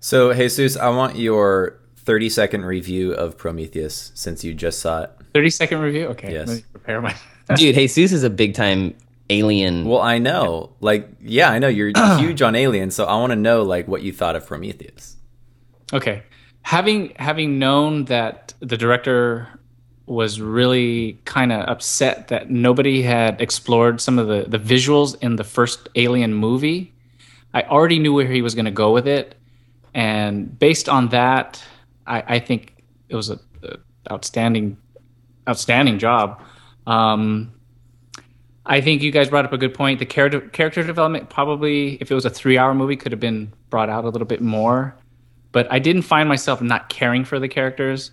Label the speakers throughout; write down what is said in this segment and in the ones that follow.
Speaker 1: So, Jesus, I want your 30 second review of Prometheus since you just saw it.
Speaker 2: 30 second review? Okay.
Speaker 1: Yes.
Speaker 2: Let me prepare my.
Speaker 3: Dude, Jesus is a big time alien.
Speaker 1: Well, I know. Like, yeah, I know you're huge on Alien, so I want to know like what you thought of Prometheus.
Speaker 2: Okay. Having having known that the director was really kind of upset that nobody had explored some of the, the visuals in the first Alien movie, I already knew where he was going to go with it. And based on that, I, I think it was a, a outstanding outstanding job. Um, I think you guys brought up a good point. The character character development probably, if it was a three hour movie, could have been brought out a little bit more. But I didn't find myself not caring for the characters,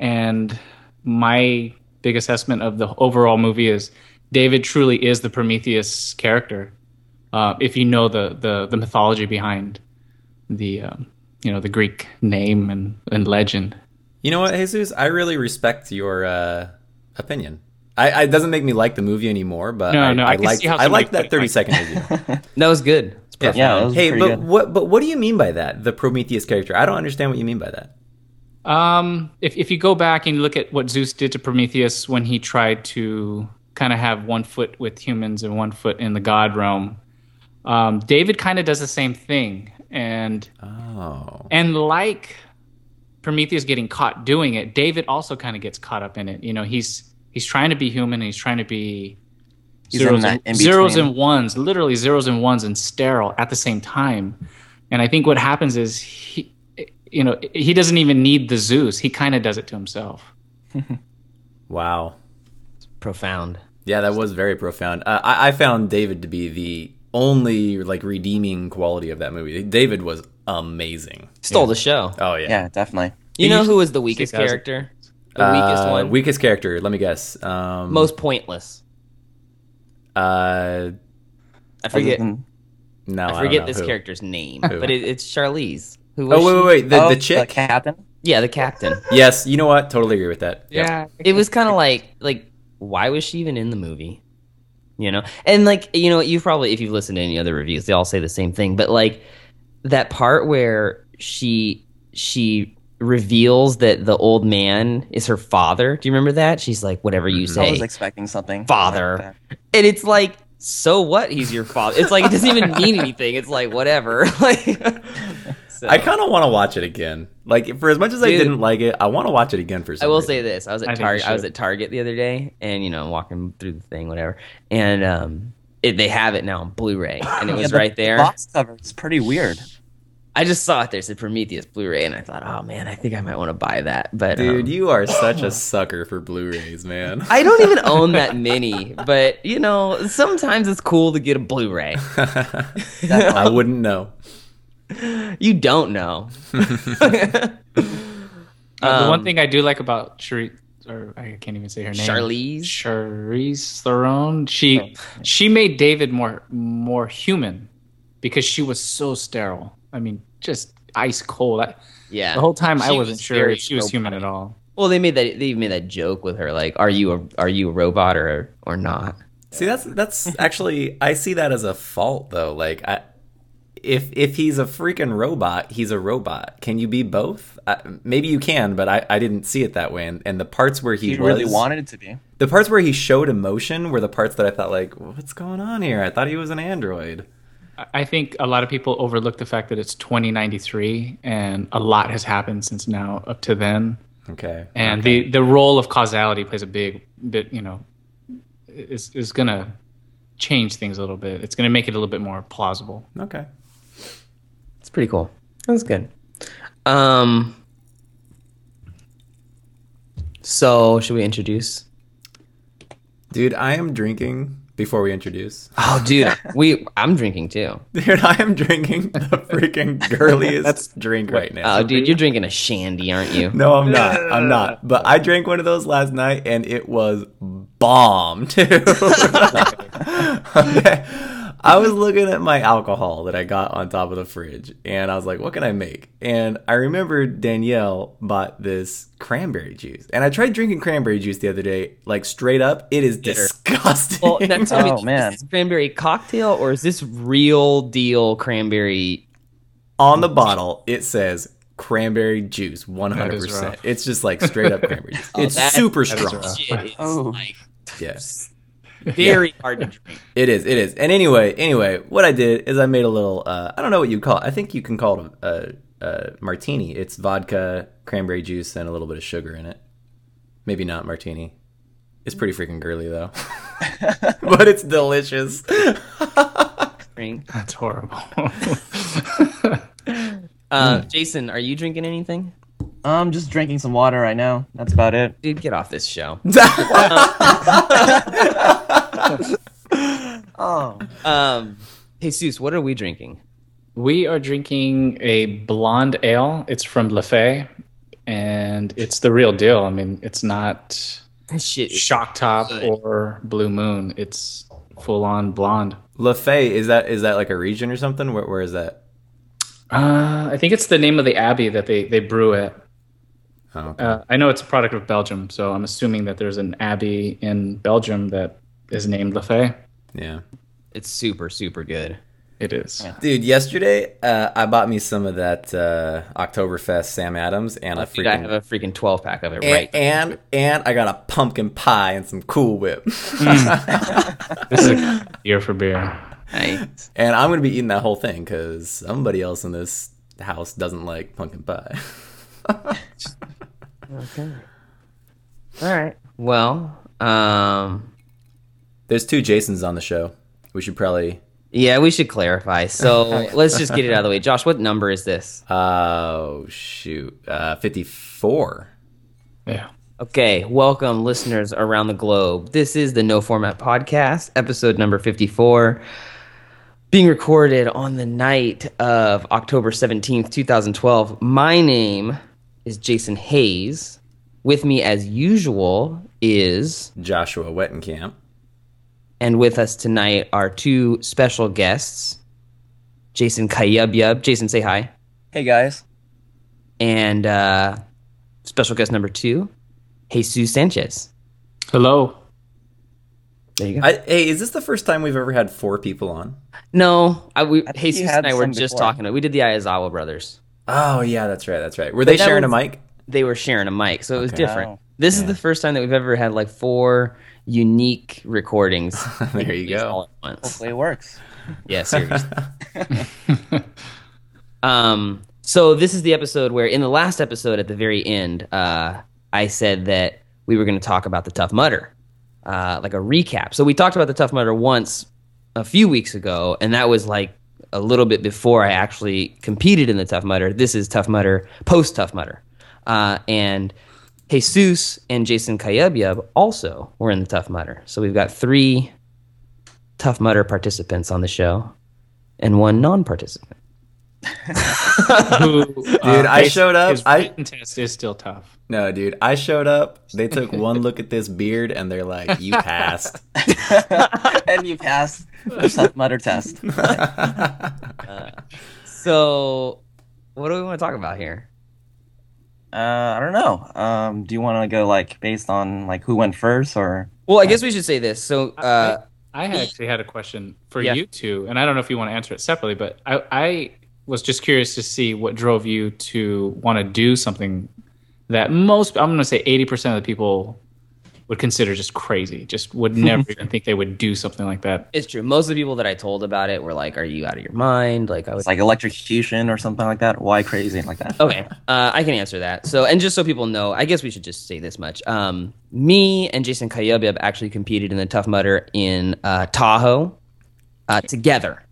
Speaker 2: and my big assessment of the overall movie is David truly is the Prometheus character. Uh, if you know the, the the mythology behind the um, you know the Greek name and, and legend,
Speaker 1: You know what, Jesus? I really respect your uh, opinion. I, I it doesn't make me like the movie anymore, but
Speaker 2: No,
Speaker 1: I,
Speaker 2: no, I can
Speaker 1: like
Speaker 2: see how
Speaker 1: I like
Speaker 2: somebody
Speaker 1: that 30 second review.
Speaker 3: that was good. It's perfect.
Speaker 1: Yeah.
Speaker 4: Yeah, that was
Speaker 1: hey,
Speaker 4: pretty
Speaker 1: but
Speaker 4: good.
Speaker 1: what but what do you mean by that? The Prometheus character? I don't understand what you mean by that.
Speaker 2: Um, if if you go back and you look at what Zeus did to Prometheus when he tried to kind of have one foot with humans and one foot in the god realm, um, David kind of does the same thing, and
Speaker 1: Oh.
Speaker 2: and like Prometheus getting caught doing it, David also kind of gets caught up in it. You know, he's he's trying to be human, and he's trying to be
Speaker 4: He's in
Speaker 2: zeros,
Speaker 4: that
Speaker 2: and,
Speaker 4: in
Speaker 2: zeros
Speaker 4: between.
Speaker 2: and ones, literally zeros and ones, and sterile at the same time. And I think what happens is he, you know, he doesn't even need the Zeus. He kind of does it to himself.
Speaker 1: Wow.
Speaker 3: Profound.
Speaker 1: Yeah, that was very profound. Uh, I, I found David to be the only like redeeming quality of that movie. David was amazing.
Speaker 3: Stole the show.
Speaker 1: Oh yeah,
Speaker 4: Yeah, definitely.
Speaker 3: You know who was the weakest
Speaker 2: 2000.
Speaker 3: character? The weakest
Speaker 1: Uh,
Speaker 3: one?
Speaker 1: Weakest character. Let me guess. Um,
Speaker 3: Most pointless.
Speaker 1: Uh,
Speaker 3: I forget.
Speaker 4: Other than-
Speaker 1: no,
Speaker 3: I
Speaker 1: don't
Speaker 3: forget
Speaker 1: know
Speaker 3: this
Speaker 1: who.
Speaker 3: character's name, but it, it's Charlize. Who was
Speaker 1: Oh wait,
Speaker 3: she?
Speaker 1: wait, wait. The,
Speaker 4: oh,
Speaker 1: the chick.
Speaker 4: captain.
Speaker 3: Yeah, the captain.
Speaker 1: yes, you know what? Totally agree with that.
Speaker 3: it was kind of like like why was she even in the movie you know and like you know you've probably if you've listened to any other reviews they all say the same thing but like that part where she she reveals that the old man is her father do you remember that she's like whatever you
Speaker 4: So Mm-hmm. I was
Speaker 3: say
Speaker 4: expecting something.
Speaker 3: Father.
Speaker 4: like
Speaker 3: and it's like so what he's your father it's like it doesn't even mean anything it's like whatever like so,
Speaker 1: I kind of want to watch it again. Like for as much as I
Speaker 3: Dude.
Speaker 1: didn't like it, I want to watch it again for. Some
Speaker 3: I will
Speaker 1: reason.
Speaker 3: say this: I
Speaker 2: I
Speaker 3: was at
Speaker 2: think you
Speaker 3: Target. I was
Speaker 2: should.
Speaker 3: at Target the other day, and you know, walking through the thing, whatever, and um, it, they have it now on Blu-ray, and it
Speaker 4: Yeah,
Speaker 3: was
Speaker 4: the
Speaker 3: right there.
Speaker 4: Box cover is pretty weird.
Speaker 3: I just saw it there, it said Prometheus Blu-ray, and I thought, oh man, I think I might want to buy that, but um,
Speaker 1: dude, you are such a sucker for Blu-rays, man.
Speaker 3: I don't even own that many. But you know, sometimes it's cool to get a Blu-ray.
Speaker 1: I wouldn't know.
Speaker 3: You don't know.
Speaker 2: Uh, the
Speaker 3: Um,
Speaker 2: one thing I do like about Charlize, or I can't even say her name,
Speaker 3: Charlize?
Speaker 2: Charlize Theron. She she made David more more human because she was so sterile. I mean, just ice cold. I,
Speaker 3: Yeah,
Speaker 2: the whole time I
Speaker 3: She
Speaker 2: wasn't
Speaker 3: was
Speaker 2: sure
Speaker 3: very
Speaker 2: if she was human at all.
Speaker 3: Well, they made that. They even made that joke with her, like, "Are you a are you a robot or or not?"
Speaker 1: See, that's that's actually I see that as a fault though. Like, I, if if he's a freaking robot, he's a robot. Can you be both? I, maybe you can, but I, I didn't see it that way. And, and the parts where he,
Speaker 4: He really
Speaker 1: was-
Speaker 4: wanted it to be.
Speaker 1: the parts where he showed emotion were the parts that I thought like, what's going on here? I thought he was an android.
Speaker 2: I- I think a lot of people overlook the fact that it's 2093 and a lot has happened since now up to then.
Speaker 1: Okay.
Speaker 2: and the the role of causality plays a big bit you know is is gonna change things a little bit it's gonna make it a little bit more plausible
Speaker 1: okay.
Speaker 3: It's pretty cool. That was good. Um. So should we introduce?
Speaker 1: Dude, I am drinking before we introduce.
Speaker 3: Oh, dude, we I'm drinking too.
Speaker 1: Dude, I am drinking the freaking girliest drink right now.
Speaker 3: Oh, dude, you're drinking a shandy, aren't you?
Speaker 1: No, I'm not. I'm not. But I drank one of those last night and it was bomb, too. okay. I was looking at my alcohol that I got on top of the fridge and I was like, what can I make? And I remembered Danielle bought this cranberry juice. And I tried drinking cranberry juice the other day, like straight up. It is disgusting.
Speaker 3: Well, now tell me,
Speaker 4: Oh,
Speaker 3: is
Speaker 4: man.
Speaker 3: this cranberry cocktail or is this real deal cranberry?
Speaker 1: on the bottle it says cranberry juice 100%.
Speaker 2: rough.
Speaker 1: It's just like straight up cranberry juice.
Speaker 3: Oh,
Speaker 1: it's
Speaker 3: that-
Speaker 1: super
Speaker 2: that is
Speaker 1: strong.
Speaker 2: rough.
Speaker 3: Shit, it's
Speaker 4: Oh.
Speaker 3: like
Speaker 1: Yeah.
Speaker 3: very hard to drink.
Speaker 1: It is. It is. And anyway, anyway, what I did is I made a little. Uh, I don't know what you call. it. I think you can call it a, a, a martini. It's vodka, cranberry juice, and a little bit of sugar in it. Maybe not martini. It's pretty freaking girly though, but it's delicious.
Speaker 3: drink.
Speaker 2: That's horrible.
Speaker 3: Uh, Jason, are you drinking anything?
Speaker 4: I'm just drinking some water right now. That's about it.
Speaker 3: Dude, get off this show.
Speaker 4: Oh,
Speaker 3: Um, Jesus, what are we drinking?
Speaker 2: we are drinking a blonde ale. It's from Lafay, and it's the real deal. I mean, it's not
Speaker 3: Shit.
Speaker 2: shock top or blue moon. It's full on blonde.
Speaker 1: La Fay, is that is that like a region or something? Where, where is that?
Speaker 2: Uh, I think it's the name of the abbey that they they brew it.
Speaker 1: Oh, okay.
Speaker 2: Uh, I know it's a product of Belgium, so I'm assuming that there's an abbey in Belgium that is named Lafay.
Speaker 1: yeah.
Speaker 3: It's super, super good.
Speaker 2: It is.
Speaker 1: Dude, yesterday uh, I bought me some of that uh, Oktoberfest Sam Adams, and I
Speaker 3: Dude, I
Speaker 1: freaking
Speaker 3: have a freaking 12 pack of it
Speaker 1: and,
Speaker 3: right.
Speaker 1: and and I got a pumpkin pie and some Cool Whip.
Speaker 2: This is a year for beer.
Speaker 3: Nice.
Speaker 1: And I'm gonna be eating that whole thing because somebody else in this house doesn't like pumpkin pie.
Speaker 3: All right. Well, um,
Speaker 1: There's two Jasons on the show. We should probably.
Speaker 3: yeah, we should clarify. So let's just get it out of the way. Josh, what number is this?
Speaker 1: Oh shoot, uh, 54.
Speaker 2: Yeah.
Speaker 3: Okay, welcome listeners around the globe. This is the No Format Podcast, episode number 54, being recorded on the night of October 17th, 2012. My name is Jason Hayes. With me, as usual, is,
Speaker 1: Joshua Wettenkamp.
Speaker 3: and with us tonight are two special guests Jason Kayubyub. Jason, say hi.
Speaker 4: hey guys.
Speaker 3: And uh, special guest number two, Jesus Sanchez.
Speaker 2: Hello.
Speaker 3: There you go.
Speaker 1: I, hey, is this the first time we've ever had four people on?
Speaker 3: No, I, we,
Speaker 4: think you
Speaker 3: Jesus
Speaker 4: had
Speaker 3: and I were
Speaker 4: some
Speaker 3: just
Speaker 4: before.
Speaker 3: talking. We did the Ayazawa brothers.
Speaker 1: Oh yeah, that's right, that's right. Were they
Speaker 3: that
Speaker 1: sharing a
Speaker 3: was-
Speaker 1: mic?
Speaker 3: They were sharing a mic, so it was
Speaker 1: Okay.
Speaker 3: different.
Speaker 4: Wow.
Speaker 3: This is the first time that we've ever had like four unique recordings.
Speaker 1: there you go.
Speaker 3: All at once.
Speaker 4: Hopefully it works.
Speaker 3: Yeah, seriously. um, so this is the episode where, in the last episode at the very end, uh, I said that we were going to talk about the Tough Mudder, uh, like a recap. So we talked about the Tough Mudder once a few weeks ago, and that was like a little bit before I actually competed in the Tough Mudder. This is Tough Mudder post Tough Mudder, uh, and. Jesus and Jason Kayebyub also were in the Tough Mudder. So we've got three Tough Mudder participants on the show and one non-participant.
Speaker 2: Who,
Speaker 1: Dude, I showed up,
Speaker 2: uh, His
Speaker 1: I-
Speaker 2: written test is still tough.
Speaker 1: No, dude, I showed up. They took one look at this beard and they're like, "You passed."
Speaker 4: and you passed the tough mutter test.
Speaker 1: Oh,
Speaker 3: So, what do we want to talk about here?
Speaker 4: Uh, I don't know. Um, do you want to go like based on like who went first or?
Speaker 3: Well, I guess we should say this. So, uh,
Speaker 2: I actually had a question for
Speaker 3: Yeah.
Speaker 2: you two, and I don't know if you want to answer it separately, but I, I was just curious to see what drove you to want to do something that most, I'm going to say 80% of the people would consider just crazy, just would never even think they would do something like that.
Speaker 3: it's true. Most of the people that I told about it were like, "Are you out of your mind?" Like, I was
Speaker 4: It's like electrocution or something like that. Why crazy like that?
Speaker 3: okay uh, i can answer that so and just so people know i guess we should just say this much um, me and jason kayobyab actually competed in the tough mudder in uh, tahoe uh, together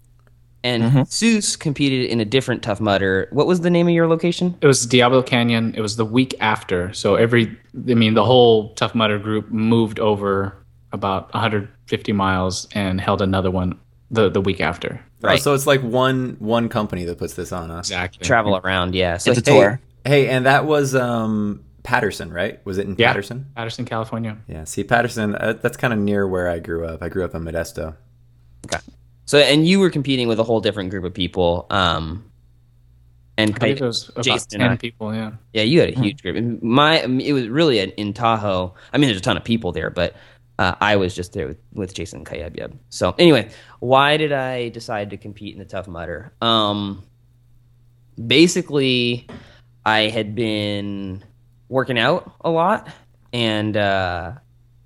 Speaker 3: and Seuss competed in a different tough mudder what was the name of your location
Speaker 2: It was Diablo Canyon. It was the week after. So every, I mean, the whole Tough Mudder group moved over about 150 miles and held another one the, the week after.
Speaker 1: Right. so it's like one one company that puts this on us.
Speaker 2: Exactly.
Speaker 3: travel around yeah so
Speaker 4: It's a
Speaker 3: hey,
Speaker 4: tour.
Speaker 1: Hey, and that was um Patterson, right? Was it in
Speaker 2: Yeah.
Speaker 1: Patterson?
Speaker 2: Patterson, California.
Speaker 1: Yeah, see, Patterson, uh, that's kind of near where I grew up. I grew up in Modesto.
Speaker 3: so and you were competing with a whole different group of people um, and
Speaker 2: I think it was about
Speaker 3: Jason and
Speaker 2: ten
Speaker 3: I.
Speaker 2: people. Yeah,
Speaker 3: Yeah, you had a huge group. And my, I mean, it was really an, in Tahoe. I mean, there's a ton of people there, but uh, I was just there with, with Jason Kayebyeb. So anyway, why did I decide to compete in the Tough Mudder? Um, basically, I had been working out a lot and uh,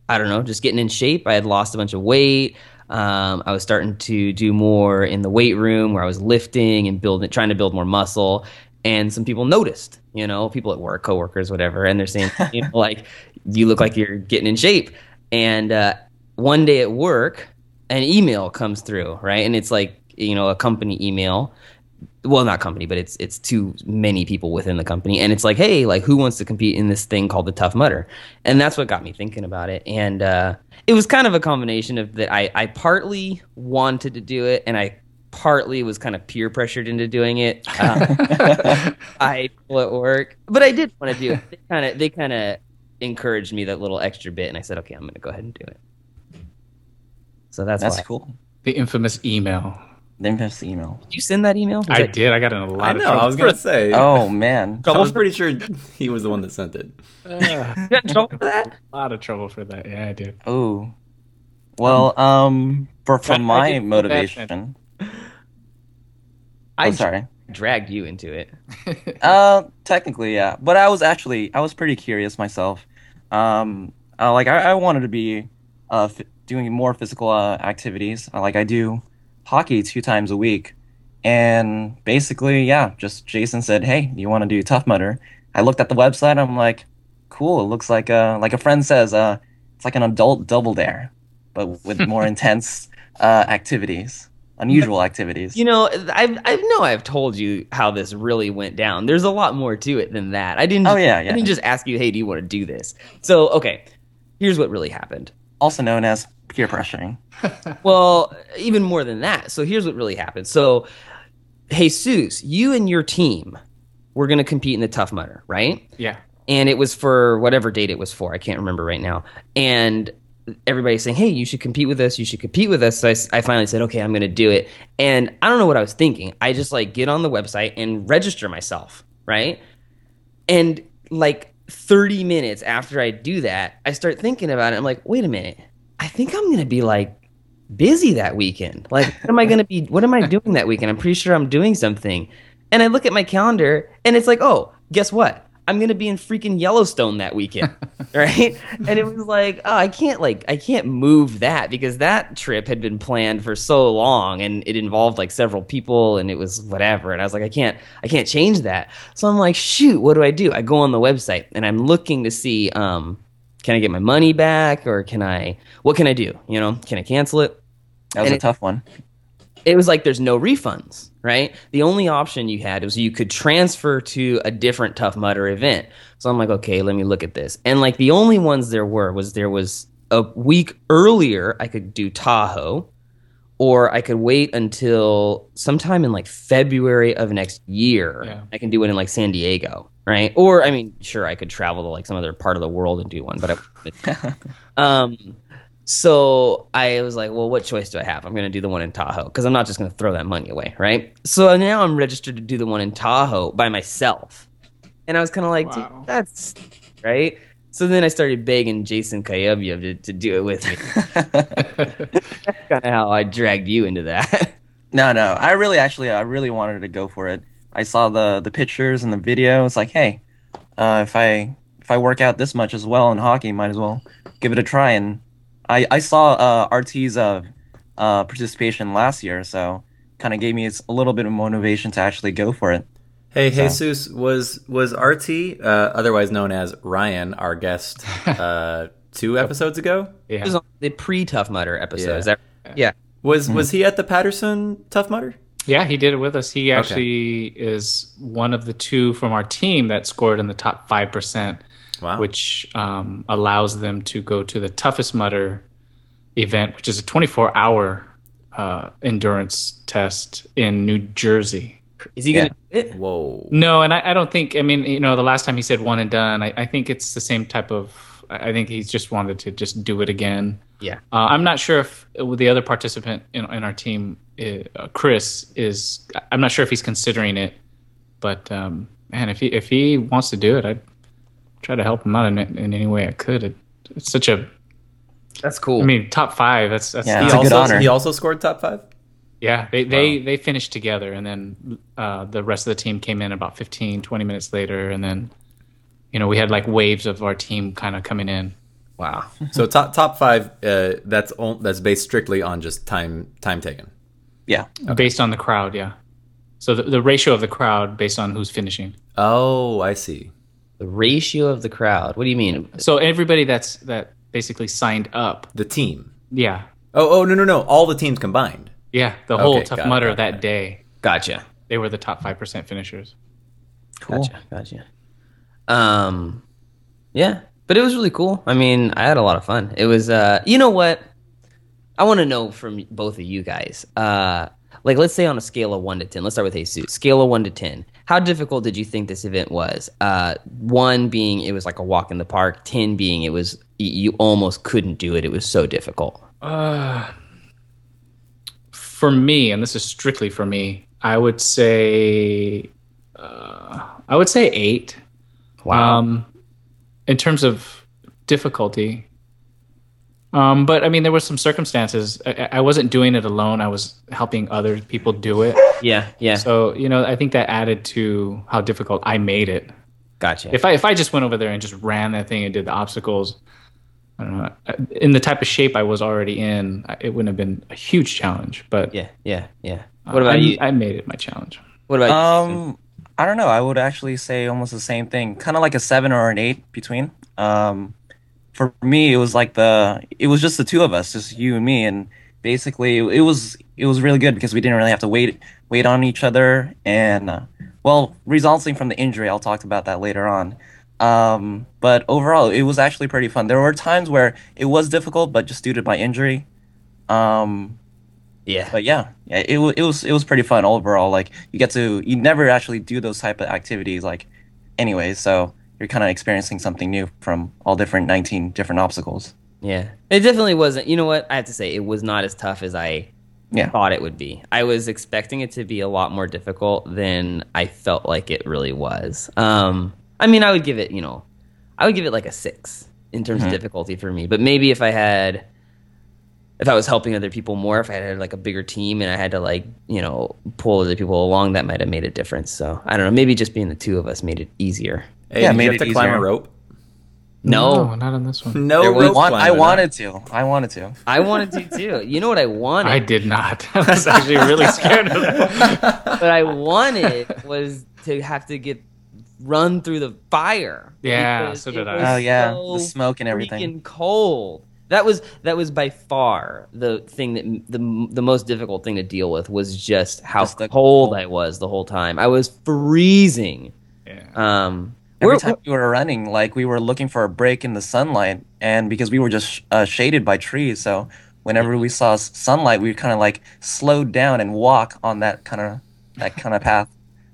Speaker 3: I don't know, just getting in shape. I had lost a bunch of weight. Um, I was starting to do more in the weight room where I was lifting and building, trying to build more muscle. And some people noticed, you know, people at work, coworkers, whatever, and they're saying, you know, like, you look like you're getting in shape. And uh, one day at work, an email comes through, right? And it's like, you know, a company email well not company but it's it's too many people within the company and it's like hey like who wants to compete in this thing called the tough mudder and that's what got me thinking about it and uh, it was kind of a combination of that i i partly wanted to do it and i partly was kind of peer pressured into doing it um, i people at work but i did want to do it they kind of they kind of encouraged me that little extra bit and i said okay i'm gonna go ahead and do it so that's,
Speaker 4: That's
Speaker 3: why.
Speaker 4: cool.
Speaker 2: The infamous email.
Speaker 4: Then pass the email.
Speaker 3: Did you send that email Was
Speaker 2: I
Speaker 3: that-
Speaker 2: did. I got in a lot
Speaker 1: I
Speaker 2: of
Speaker 1: know.
Speaker 2: trouble.
Speaker 1: I was gonna say.
Speaker 4: Oh man.
Speaker 1: I was pretty sure he was the one that sent it.
Speaker 2: Uh,
Speaker 3: you got in trouble for that
Speaker 2: a lot of trouble for that. Yeah, I did.
Speaker 4: Oh. Well, um, for
Speaker 2: I- I
Speaker 4: from my
Speaker 2: did feel bad,
Speaker 4: motivation. Oh,
Speaker 3: I
Speaker 4: I'm sorry.
Speaker 3: dragged you into it
Speaker 4: Uh, technically, yeah. But I was actually I was pretty curious myself. Um, uh, like I, I wanted to be uh f- doing more physical uh, activities. Uh, like I do hockey two times a week, and basically, yeah. Just Jason said, "Hey, you want to do Tough Mudder?" I looked at the website. I'm like, "Cool. It looks like uh like a friend says uh it's like an adult double dare, but with more intense uh activities, unusual activities."
Speaker 3: You know, I I know I've told you how this really went down. There's a lot more to it than that. I didn't.
Speaker 4: Oh, yeah, yeah.
Speaker 3: I didn't just ask you, hey, do you want to do this? So okay, here's what really happened.
Speaker 4: also known as peer pressuring.
Speaker 3: Well, even more than that. So here's what really happened. So, Jesus, you and your team were going to compete in the Tough Mudder, right?
Speaker 2: Yeah.
Speaker 3: and it was for whatever date it was for. I can't remember right now. And everybody's saying, "Hey, you should compete with us. You should compete with us." So I, s- I finally said, "Okay, I'm going to do it." And I don't know what I was thinking. I just like get on the website and register myself, right? And like 30 minutes after I do that, I start thinking about it. I'm like, "Wait a minute. I think I'm going to be like busy that weekend. Like, what am I going to be? What am I doing that weekend? I'm pretty sure I'm doing something. And I look at my calendar and it's like, oh, guess what? I'm going to be in freaking Yellowstone that weekend. right. And it was like, oh, I can't, like, I can't move that because that trip had been planned for so long and it involved like several people and it was whatever. And I was like, I can't, I can't change that. So I'm like, shoot, what do I do? I go on the website and I'm looking to see, um, can I get my money back or can I, what can I do? You know, can I cancel it?
Speaker 4: That was
Speaker 3: And
Speaker 4: a
Speaker 3: it-
Speaker 4: tough one.
Speaker 3: it was like there's no refunds, right? The only option you had was you could transfer to a different Tough Mudder event. So I'm like, okay, let me look at this. And like the only ones there were was there was a week earlier I could do Tahoe, or I could wait until sometime in like February of next year.
Speaker 2: Yeah.
Speaker 3: I can do it in like San Diego, right? Or I mean, sure, I could travel to like some other part of the world and do one, but I, um, so I was like, well, what choice do I have? I'm going to do the one in Tahoe because I'm not just going to throw that money away, right? So now I'm registered to do the one in Tahoe by myself, and I was kind of like,
Speaker 2: Wow.
Speaker 3: "Dude, that's right. So then I started begging Jason Kayubia to, to do it with me. kind of how I dragged you into that.
Speaker 4: no, no. I really, actually, I really wanted to go for it. I saw the the pictures and the video. It's like, hey, uh, if I if I work out this much as well in hockey, might as well give it a try. And I I saw uh, RT's uh, uh, participation last year, so kind of gave me a little bit of motivation to actually go for it.
Speaker 1: Hey,
Speaker 4: So-
Speaker 1: Jesus was was RT, uh, otherwise known as Ryan, our guest uh, two episodes ago.
Speaker 3: It
Speaker 2: Yeah.
Speaker 3: was on the pre Tough Mudder episode.
Speaker 1: Yeah.
Speaker 3: Is that
Speaker 1: Was was he at the Patterson Tough Mudder?
Speaker 2: Yeah, he did it with us. He actually is one of the two from our team that scored in the top 5%,
Speaker 1: Wow.
Speaker 2: which um, allows them to go to the toughest mutter event, which is a 24 hour uh, endurance test in New Jersey.
Speaker 3: is he
Speaker 4: Yeah.
Speaker 3: gonna do it?
Speaker 1: Whoa.
Speaker 2: No, and I, I don't think, I mean, you know, the last time he said one and done, I, I think it's the same type of, I I think he's just wanted to just do it again.
Speaker 3: Yeah.
Speaker 2: Uh, I'm not sure if the other participant in, in our team, uh, Chris, is. I'm not sure if he's considering it, but um, man, if he if he wants to do it, I'd try to help him out in, in any way I could. It, it's such a.
Speaker 3: That's cool.
Speaker 2: I mean, top five. That's that's
Speaker 4: Yeah.
Speaker 1: He
Speaker 4: It's a
Speaker 1: also
Speaker 4: good honor.
Speaker 1: he also scored top five.
Speaker 2: Yeah, they they, they finished together, and then uh, the rest of the team came in about 15, 20 minutes later, and then you know we had like waves of our team kind of coming in.
Speaker 3: Wow.
Speaker 1: So top top five. Uh, that's on, that's based strictly on just time time taken.
Speaker 4: Yeah.
Speaker 2: based on the crowd yeah so the, the ratio of the crowd based on who's finishing
Speaker 1: Oh, I see.
Speaker 3: The ratio of the crowd. What do you mean?
Speaker 2: so everybody that's that basically signed up
Speaker 1: The team.
Speaker 2: yeah
Speaker 1: Oh, oh no no no! All the teams combined.
Speaker 2: yeah the whole
Speaker 1: Okay, got
Speaker 2: tough
Speaker 1: it,
Speaker 2: mutter
Speaker 1: got it,
Speaker 2: of that day
Speaker 3: Gotcha.
Speaker 2: they were the top 5% finishers
Speaker 4: Cool.
Speaker 3: Gotcha. Gotcha. Um, yeah, but it was really cool. I mean, I had a lot of fun. It was, uh, you know what? I want to know from both of you guys. Uh, like, let's say on a scale of one to ten. Let's start with Jesus. Scale of one to ten. How difficult did you think this event was? Uh, one being it was like a walk in the park. Ten being it was y- you almost couldn't do it. It was so difficult.
Speaker 2: uh, for me and this is strictly for me i would say uh, i would say eight um, in terms of difficulty. Um, but I mean, there were some circumstances. I- I, I wasn't doing it alone. I was helping other people do it.
Speaker 3: yeah. Yeah.
Speaker 2: So you know, I think that added to how difficult I made it.
Speaker 3: gotcha.
Speaker 2: If I if I just went over there and just ran that thing and did the obstacles, I don't know. In the type of shape I was already in, it wouldn't have been a huge challenge. But
Speaker 3: yeah. Yeah. Yeah. uh,
Speaker 2: uh,
Speaker 3: What about
Speaker 2: I,
Speaker 3: you?
Speaker 2: I made it my challenge.
Speaker 3: What about you?
Speaker 4: Um, I don't know. I would actually say almost the same thing, kind of like a seven or an eight between. Um, for me, it was like the it was just the two of us, just you and me, and basically it was it was really good because we didn't really have to wait wait on each other. And uh, well, resulting from the injury, I'll talk about that later on. Um, but overall, it was actually pretty fun. There were times where it was difficult, but just due to my injury, um,
Speaker 3: Yeah.
Speaker 4: but yeah, yeah, it, wa- it was it was pretty fun overall. Like you get to you never actually do those type of activities like anyway, so you're kind of experiencing something new from all different 19 different obstacles.
Speaker 3: Yeah. It definitely wasn't. You know what? I have to say, it was not as tough as I
Speaker 4: Yeah.
Speaker 3: thought it would be. I was expecting it to be a lot more difficult than I felt like it really was. Um, I mean, I would give it, you know, I would give it like a six in terms of difficulty for me. But maybe if I had, if I was helping other people more, if I had like a bigger team and I had to like, you know, pull other people along, that might have made a difference. So I don't know. Maybe just being the two of us made it easier.
Speaker 1: Hey,
Speaker 4: Yeah,
Speaker 1: did
Speaker 4: made
Speaker 1: you have
Speaker 4: it
Speaker 1: to climb a
Speaker 4: easier.
Speaker 1: rope.
Speaker 3: No,
Speaker 2: not on this one.
Speaker 1: No
Speaker 3: There was
Speaker 4: I,
Speaker 1: Oh, rope
Speaker 4: want, I
Speaker 1: climbing, huh?
Speaker 4: wanted to. I wanted to.
Speaker 3: I wanted to too. You know what I wanted?
Speaker 2: I did not. I was actually really scared of that.
Speaker 3: what I wanted was to have to get run through the fire.
Speaker 2: Yeah,
Speaker 3: because
Speaker 2: so
Speaker 3: it
Speaker 2: did I.
Speaker 3: was
Speaker 4: Oh yeah, the
Speaker 3: so
Speaker 4: smoke and everything.
Speaker 3: freaking cold. That was that was by far the thing that the the most difficult thing to deal with was just how
Speaker 4: Just the
Speaker 3: cold, I was the whole time. I was freezing.
Speaker 2: Yeah.
Speaker 3: Um,
Speaker 4: Every
Speaker 3: we're-
Speaker 4: time we were running, like we were looking for a break in the sunlight, and because we were just sh- uh, shaded by trees, so whenever we saw s- sunlight, we kind of like slowed down and walk on that kind of that kind of path,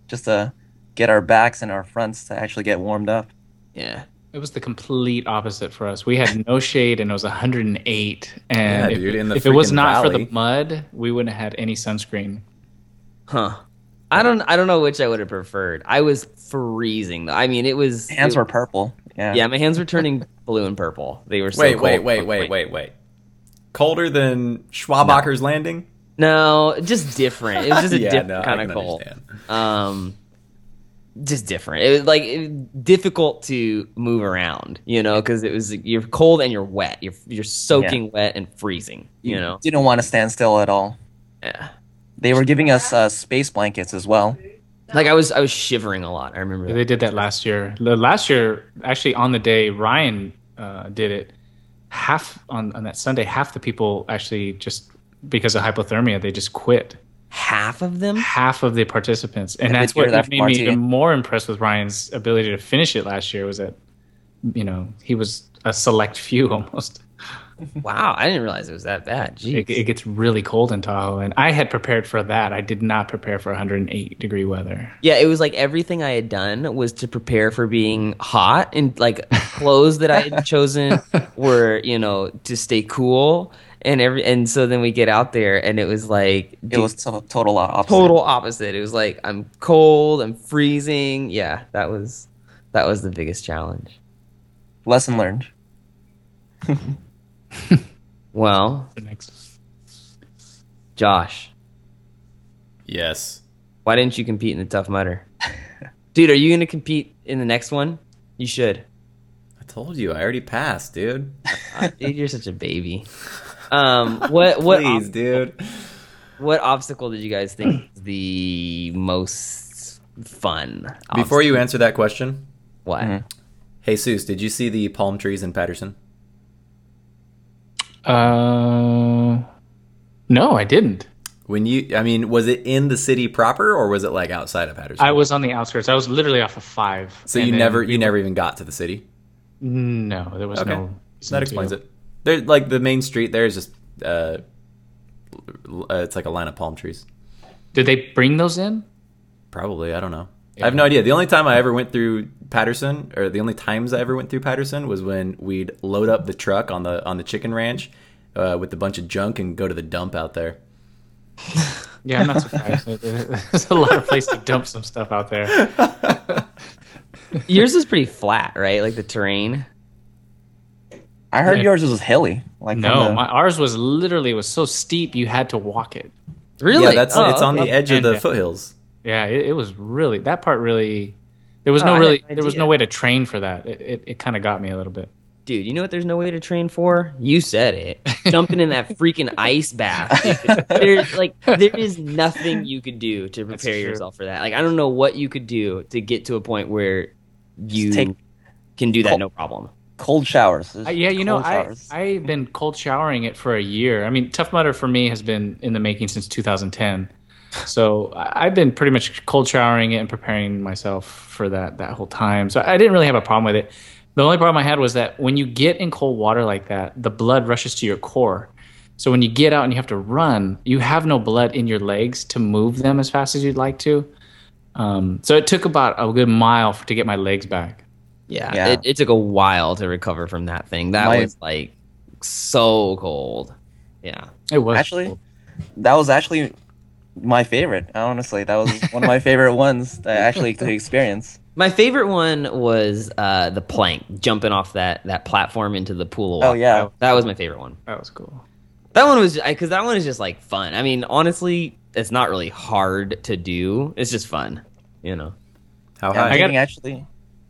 Speaker 4: just to get our backs and our fronts to actually get warmed up.
Speaker 3: yeah,
Speaker 2: It was the complete opposite for us. We had no shade and it was 108. And
Speaker 1: Yeah,
Speaker 2: if,
Speaker 1: dude, in the
Speaker 2: if it was
Speaker 1: freaking
Speaker 2: not for
Speaker 1: valley.
Speaker 2: the mud, we wouldn't have had any sunscreen.
Speaker 3: huh? I don't I don't know which I would have preferred. I was freezing. though. I mean, it was
Speaker 4: Hands
Speaker 3: it-
Speaker 4: were purple. Yeah.
Speaker 3: yeah. My hands were turning blue and purple. They were so
Speaker 1: Wait,
Speaker 3: cold
Speaker 1: wait,
Speaker 3: at
Speaker 1: wait,
Speaker 3: one
Speaker 1: wait,
Speaker 3: point.
Speaker 1: wait, wait. Colder than Schwabacher's Landing?
Speaker 3: No, just different. It was just a different
Speaker 1: no, I
Speaker 3: kind
Speaker 1: can
Speaker 3: of cold.
Speaker 1: understand.
Speaker 3: Um, just different. It was like it, difficult to move around, you know, because it was you're cold and you're wet. You're you're soaking wet and freezing. You know.
Speaker 4: Didn't want to stand still at all.
Speaker 3: Yeah.
Speaker 4: They were giving us uh, space blankets as well.
Speaker 3: Like I was I was shivering a lot. I remember that.
Speaker 2: They did that last year. The last year, actually, on the day Ryan uh, did it, half on, on that Sunday, half the people actually just because of hypothermia, they just quit.
Speaker 3: half of them.
Speaker 2: Half of the participants, and
Speaker 4: I did
Speaker 2: that's
Speaker 4: hear
Speaker 2: what
Speaker 4: that from
Speaker 2: made me
Speaker 4: Martin.
Speaker 2: even more impressed with Ryan's ability to finish it last year. Was that, you know, he was a select few almost.
Speaker 3: Wow, I didn't realize it was that bad. Jeez.
Speaker 2: it, it gets really cold in Tahoe, and I had prepared for that. I did not prepare for 108 degree weather.
Speaker 3: Yeah, it was like everything I had done was to prepare for being hot and like clothes that I had chosen were, you know, to stay cool and every and so then we get out there and it was like
Speaker 4: It was to- total opposite.
Speaker 3: total opposite. It was like I'm cold, I'm freezing. Yeah, that was that was the biggest challenge.
Speaker 4: Lesson learned.
Speaker 3: Well,
Speaker 2: The next
Speaker 3: Josh,
Speaker 1: Yes.
Speaker 3: Why didn't you compete in the Tough Mudder? Dude, are you going to compete in the next one? You should.
Speaker 1: I told you, I already passed, dude.
Speaker 3: Uh, dude, you're such a baby. Um, what what
Speaker 1: Please,
Speaker 3: ob-
Speaker 1: dude.
Speaker 3: what obstacle did you guys think was the most fun?
Speaker 1: Before Mm-hmm. you answer that question,
Speaker 3: obstacle? what?
Speaker 1: Jesus, did you see the palm trees in Patterson?
Speaker 2: Uh, no, I didn't.
Speaker 1: When you, I mean, was it in the city proper or was it like outside of Patterson?
Speaker 2: I was on the outskirts. I was literally off of five.
Speaker 1: So
Speaker 2: and
Speaker 1: you
Speaker 2: then
Speaker 1: never,
Speaker 2: we
Speaker 1: you never even got to the city.
Speaker 2: were- No, there was
Speaker 1: Okay.
Speaker 2: no.
Speaker 1: That explains it. There, like the main street there is just, uh, l- uh, it's like a line of palm trees.
Speaker 2: Did they bring those in?
Speaker 1: Probably, I don't know. I have no idea. The only time I ever went through Patterson, or the only times I ever went through Patterson, was when we'd load up the truck on the on the chicken ranch uh, with a bunch of junk and go to the dump out there.
Speaker 2: Yeah, I'm not surprised. There's a lot of places to dump some stuff out there.
Speaker 3: Yours is pretty flat, right? Like the terrain.
Speaker 4: I heard
Speaker 2: Yeah.
Speaker 4: yours was hilly. Like from
Speaker 2: No,
Speaker 4: the-
Speaker 2: my, ours was literally it was so steep you had to walk it.
Speaker 3: Really?
Speaker 1: Yeah,
Speaker 3: Oh,
Speaker 4: Oh,
Speaker 1: that's it's on
Speaker 3: okay.
Speaker 1: the edge of the
Speaker 2: And- uh,
Speaker 1: foothills.
Speaker 2: Yeah, it, it was really that part really. There was
Speaker 3: Oh, I
Speaker 2: no
Speaker 3: had
Speaker 2: really
Speaker 3: no
Speaker 2: there was no
Speaker 3: idea.
Speaker 2: way to train for that. It it, it kind of got me a little bit.
Speaker 3: Dude, you know what there's no way to train for? You said it. Jumping in that freaking ice bath. dude. There's like there is nothing you could do to prepare
Speaker 2: true.
Speaker 3: yourself for that. Like I don't know what you could do to get to a point where you
Speaker 4: take-
Speaker 3: can do that
Speaker 4: Cool.
Speaker 3: no problem.
Speaker 4: cold showers.
Speaker 2: Uh, yeah, you know,
Speaker 4: Cold
Speaker 2: I
Speaker 4: showers.
Speaker 2: I've been cold showering it for a year. I mean, Tough Mudder for me has been in the making since 2010. So I- I've been pretty much cold showering it and preparing myself for that that whole time. So I didn't really have a problem with it. The only problem I had was that when you get in cold water like that, the blood rushes to your core. So when you get out and you have to run, you have no blood in your legs to move them as fast as you'd like to. Um, so it took about a good mile to get my legs back.
Speaker 3: Yeah.
Speaker 4: Yeah.
Speaker 3: It, it took a while to recover from that thing. That
Speaker 4: My-
Speaker 3: was like so cold. Yeah.
Speaker 2: It was
Speaker 4: Actually, that was actually my favorite. Honestly, that was one of my favorite ones that I actually could experience.
Speaker 3: My favorite one was uh, the plank, jumping off that, that platform into the pool of
Speaker 4: Oh
Speaker 3: water.
Speaker 4: yeah,
Speaker 3: That was my favorite one.
Speaker 2: that was cool.
Speaker 3: That one was because that one is just like fun. I mean, honestly, it's not really hard to do. It's just fun, you know.
Speaker 1: How
Speaker 4: yeah
Speaker 1: high?
Speaker 4: I
Speaker 2: I got-
Speaker 4: actually.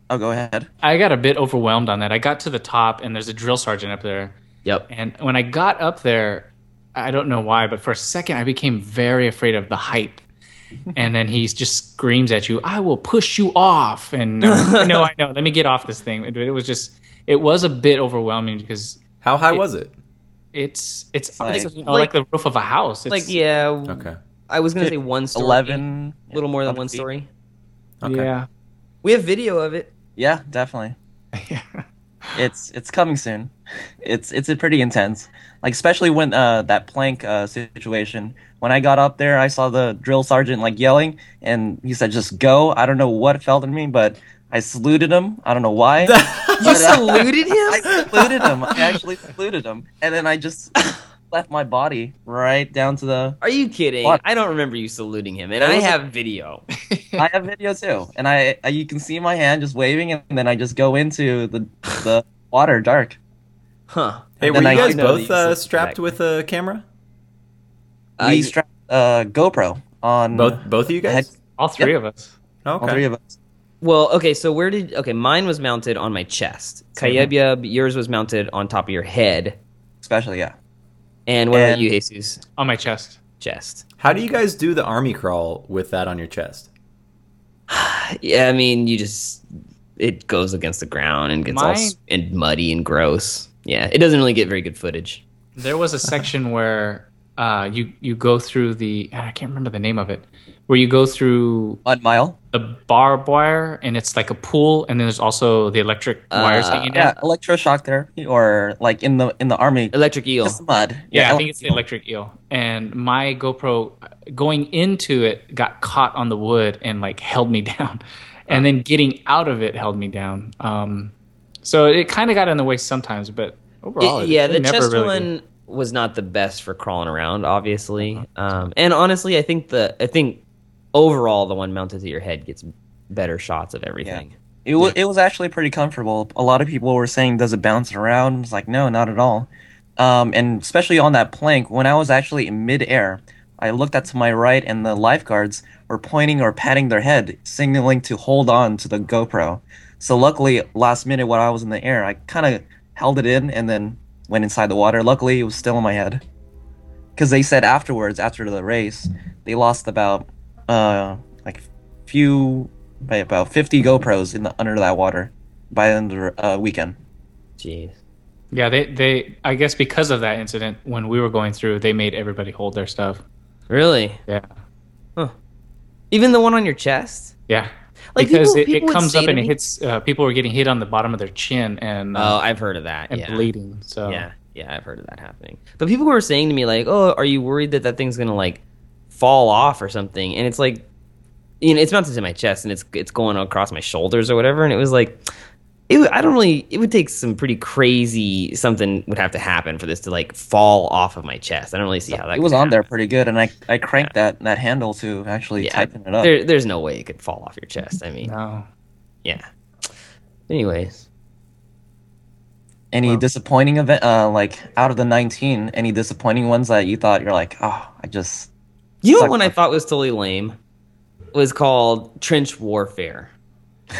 Speaker 4: Oh, go ahead.
Speaker 2: I got a bit overwhelmed on that. I got to the top, and there's a drill sergeant up there.
Speaker 3: Yep.
Speaker 2: And when I got up there, I don't know why, but for a second, I became very afraid of the height. And then he just screams at you, "I will push you off!" And uh, no, I know. Let me get off this thing. It, it was just, it was a bit overwhelming because
Speaker 1: How high was it?
Speaker 2: it's it's
Speaker 4: like-
Speaker 2: like, you know, like, the roof of a house. It's,
Speaker 3: Like yeah,
Speaker 1: Okay.
Speaker 3: I was gonna say one story,
Speaker 4: Eleven.
Speaker 3: a little more than
Speaker 4: 11
Speaker 3: one
Speaker 4: feet.
Speaker 3: story.
Speaker 1: Okay.
Speaker 2: yeah,
Speaker 3: We have video of it.
Speaker 4: Yeah, definitely. It's it's coming soon. It's it's a pretty intense. Like especially when uh that plank uh situation. When I got up there, I saw the drill sergeant like yelling, and he said, "Just go." I don't know what felt in me, but I saluted him. I don't know why.
Speaker 3: You saluted him.
Speaker 4: I saluted him. I actually saluted him, and then I just left my body right down to the.
Speaker 3: Are you kidding?
Speaker 4: What?
Speaker 3: I don't remember you saluting him, and
Speaker 4: That
Speaker 3: I
Speaker 4: was a-
Speaker 3: have video.
Speaker 4: I have video too, and I, I you can see my hand just waving, and then I just go into the the water dark.
Speaker 3: Huh?
Speaker 1: Hey,
Speaker 4: And
Speaker 1: were you
Speaker 4: then I
Speaker 1: guys
Speaker 4: know
Speaker 1: both
Speaker 4: that you
Speaker 1: uh,
Speaker 4: said Mm-hmm.
Speaker 1: strapped with a camera?
Speaker 3: Uh,
Speaker 4: we
Speaker 3: you-
Speaker 4: strapped uh, GoPro on
Speaker 1: Both, both of you guys.
Speaker 2: all three of us.
Speaker 4: all three
Speaker 1: Okay.
Speaker 4: of us.
Speaker 3: well, okay. So where did? Okay, mine was mounted on my chest.
Speaker 4: Mm-hmm.
Speaker 3: Kayebyab, yours was mounted on top of your head.
Speaker 4: Especially, yeah.
Speaker 3: And what about
Speaker 4: And-
Speaker 3: you, Jesus?
Speaker 2: on my chest.
Speaker 3: Chest.
Speaker 1: How do you guys do the army crawl with that on your chest?
Speaker 3: Yeah, I mean, you just it goes against the ground and gets all
Speaker 2: Mine-
Speaker 3: s- and muddy and gross. Yeah, it doesn't really get very good footage.
Speaker 2: There was a section where uh, you you go through the I can't remember the name of it, where you go through
Speaker 4: Mud mile.
Speaker 2: the barbed wire and it's like a pool, and then there's also the electric wires
Speaker 3: Uh,
Speaker 2: hanging
Speaker 4: Yeah,
Speaker 2: down.
Speaker 4: electroshock therapy, or like in the in the army,
Speaker 3: Electric eel.
Speaker 4: just mud.
Speaker 2: Yeah, I think it's the electric eel. And my GoPro going into it got caught on the wood and like held me down, and then getting out of it held me down. Um, so it kind of got in the way sometimes, but overall,
Speaker 3: It-
Speaker 2: it-
Speaker 3: yeah,
Speaker 2: Oh, it
Speaker 3: the
Speaker 2: never
Speaker 3: chest
Speaker 2: really did.
Speaker 3: one was not the best for crawling around, obviously.
Speaker 2: Uh-huh.
Speaker 3: Um, and honestly, I think the I think overall the one mounted to your head gets better shots of everything.
Speaker 4: It was it was actually pretty comfortable. A lot of people were saying, "Does it bounce around?" I was like, "No, not at all." Um, and especially on that plank, when I was actually in midair, I looked out to my right, and the lifeguards were pointing or patting their head, signaling to hold on to the GoPro. So luckily, last minute while I was in the air, I kind of held it in and then went inside the water. Luckily, it was still in my head. Because they said afterwards, after the race, they lost about uh like few by about 50 GoPros in the under that water by the end of the uh, weekend.
Speaker 3: Jeez.
Speaker 2: Yeah, they, they I guess because of that incident when we were going through, they made everybody hold their stuff.
Speaker 3: Really?
Speaker 2: Yeah.
Speaker 3: Even the one on your chest?
Speaker 2: Yeah.
Speaker 3: Like,
Speaker 2: because
Speaker 3: people-
Speaker 2: it,
Speaker 3: people
Speaker 2: it
Speaker 3: would
Speaker 2: comes
Speaker 3: say
Speaker 2: up
Speaker 3: to
Speaker 2: and it
Speaker 3: me-
Speaker 2: hits uh, people were getting hit on the bottom of their chin and
Speaker 3: Oh,
Speaker 2: uh,
Speaker 3: I've heard of that.
Speaker 2: and
Speaker 3: yeah.
Speaker 2: bleeding. So
Speaker 4: Oh.
Speaker 3: Yeah, yeah, I've heard of that happening. But people were saying to me like, "Oh, are you worried that that thing's gonna like fall off or something?" And it's like, you know, it's mounted to my chest and it's it's going across my shoulders or whatever. And it was like, it would- I don't really. It would take some pretty crazy something would have to happen for this to like fall off of my chest. I don't really see how that
Speaker 4: It was
Speaker 3: could
Speaker 4: on there
Speaker 3: happen.
Speaker 4: pretty good, and I, I cranked that, that handle to actually
Speaker 3: Yeah.
Speaker 4: tighten it up.
Speaker 3: There, there's no way it could fall off your chest. I mean,
Speaker 2: no.
Speaker 3: yeah. Anyways,
Speaker 4: Any disappointing event, uh, like out of the 19, any disappointing ones that you thought you're like, oh, I just.
Speaker 3: You know
Speaker 4: Suck
Speaker 3: what I
Speaker 4: up.
Speaker 3: thought was totally lame was called trench warfare,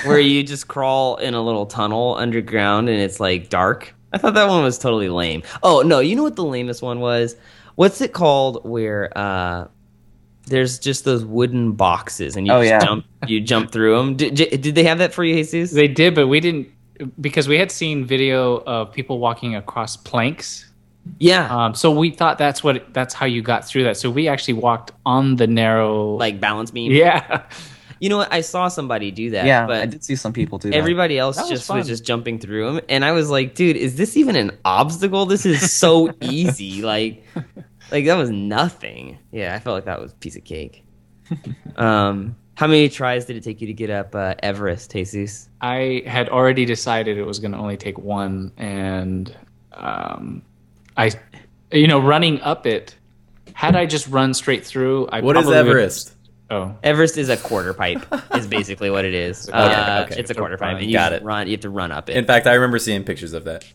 Speaker 3: where you just crawl in a little tunnel underground and it's like dark. I thought that one was totally lame. Oh no, you know what the lamest one was? What's it called? Where uh, there's just those wooden boxes and you
Speaker 4: Oh,
Speaker 3: just
Speaker 4: yeah.
Speaker 3: jump, you jump through them. Did, did did they have that for you, Jesus?
Speaker 2: They did, but we didn't because we had seen video of people walking across planks.
Speaker 3: yeah,
Speaker 2: Um, so we thought that's what that's how you got through that. So we actually walked on the narrow
Speaker 3: like balance beam.
Speaker 2: yeah.
Speaker 3: You know what? I saw somebody do that.
Speaker 4: yeah,
Speaker 3: but
Speaker 4: I did see some people do that.
Speaker 3: Everybody else
Speaker 2: That was
Speaker 3: just was,
Speaker 2: fun.
Speaker 3: just jumping through them, and I was like, "Dude, is this even an obstacle? This is so easy!" Like, like that was nothing. Yeah, I felt like that was a piece of cake. Um, how many tries did it take you to get up uh, Everest, Jesus?
Speaker 2: I had already decided it was going to only take one, and um, I, you know, running up it. Had I just run straight through, I
Speaker 1: What is
Speaker 2: probably would-
Speaker 1: Everest?
Speaker 2: oh,
Speaker 3: Everest is a quarter pipe, is basically what it is.
Speaker 1: quarter
Speaker 3: Uh,
Speaker 1: pipe. Okay.
Speaker 3: It's a quarter pipe, and you
Speaker 1: Got
Speaker 3: just
Speaker 1: it.
Speaker 3: run. You have to run up it.
Speaker 1: In fact, I remember seeing pictures of that.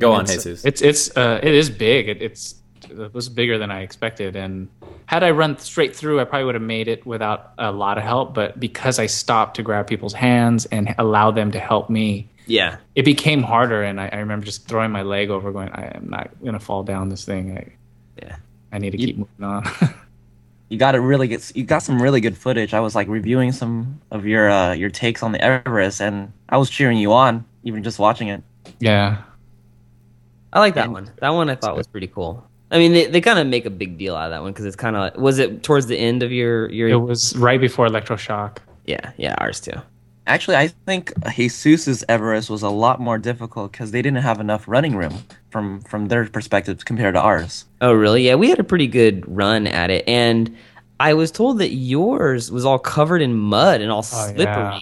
Speaker 1: Go on,
Speaker 2: it's,
Speaker 1: Jesus.
Speaker 2: It's it's uh, it is big. It, it's it was bigger than I expected, and had I run straight through, I probably would have made it without a lot of help. But because I stopped to grab people's hands and allow them to help me,
Speaker 3: yeah,
Speaker 2: it became harder. And I, I remember just throwing my leg over, going, "I am not going to fall down this thing. I,
Speaker 3: Yeah.
Speaker 2: I need to
Speaker 4: You-
Speaker 2: keep moving on."
Speaker 4: you got a really good you got some really good footage. I was like reviewing some of your uh, your takes on the Everest, and I was cheering you on even just watching it.
Speaker 2: yeah.
Speaker 3: I like that one. That one I thought was pretty cool. I mean, they, they kind of make a big deal out of that one because it's kind of was it towards the end of your your
Speaker 2: It was right before electroshock.
Speaker 3: Yeah, yeah, ours too.
Speaker 4: Actually, I think Jesus's Everest was a lot more difficult because they didn't have enough running room from from their perspective compared to ours.
Speaker 3: Oh, really? Yeah, we had a pretty good run at it, and I was told that yours was all covered in mud and all
Speaker 2: Oh,
Speaker 3: slippery.
Speaker 2: yeah.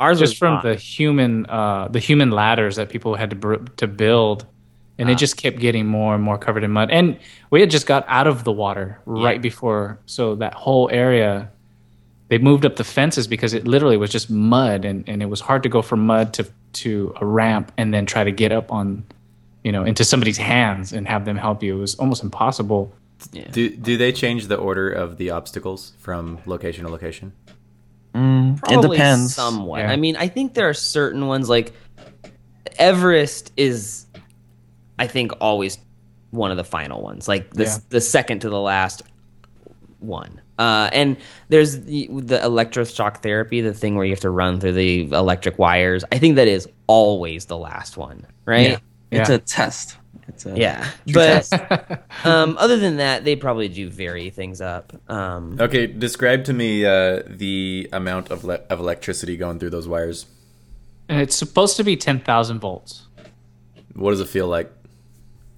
Speaker 3: Ours was
Speaker 2: Just from
Speaker 3: not.
Speaker 2: the human uh, the human ladders that people had to br- to build, and it just kept getting more and more covered in mud. And we had just got out of the water right before, so that whole area. They moved up the fences because it literally was just mud, and, and it was hard to go from mud to to a ramp and then try to get up on, you know, into somebody's hands and have them help you. It was almost impossible.
Speaker 1: Do do they change the order of the obstacles from location to location?
Speaker 4: Mm, it
Speaker 3: Probably
Speaker 4: depends.
Speaker 3: somewhat.
Speaker 2: Yeah.
Speaker 3: I mean, I think there are certain ones like Everest is, I think, always one of the final ones, like the
Speaker 2: Yeah.
Speaker 3: the second to the last one. Uh, and there's the, the electroshock therapy, the thing where you have to run through the electric wires. I think that is always the last one, right?
Speaker 2: Yeah.
Speaker 4: It's
Speaker 2: Yeah.
Speaker 4: a test. It's a
Speaker 3: Yeah,
Speaker 4: True
Speaker 3: but um, other than that, they probably do vary things up. Um,
Speaker 1: Okay, describe to me uh, the amount of le- of electricity going through those wires.
Speaker 2: And it's supposed to be ten thousand volts.
Speaker 1: What does it feel like?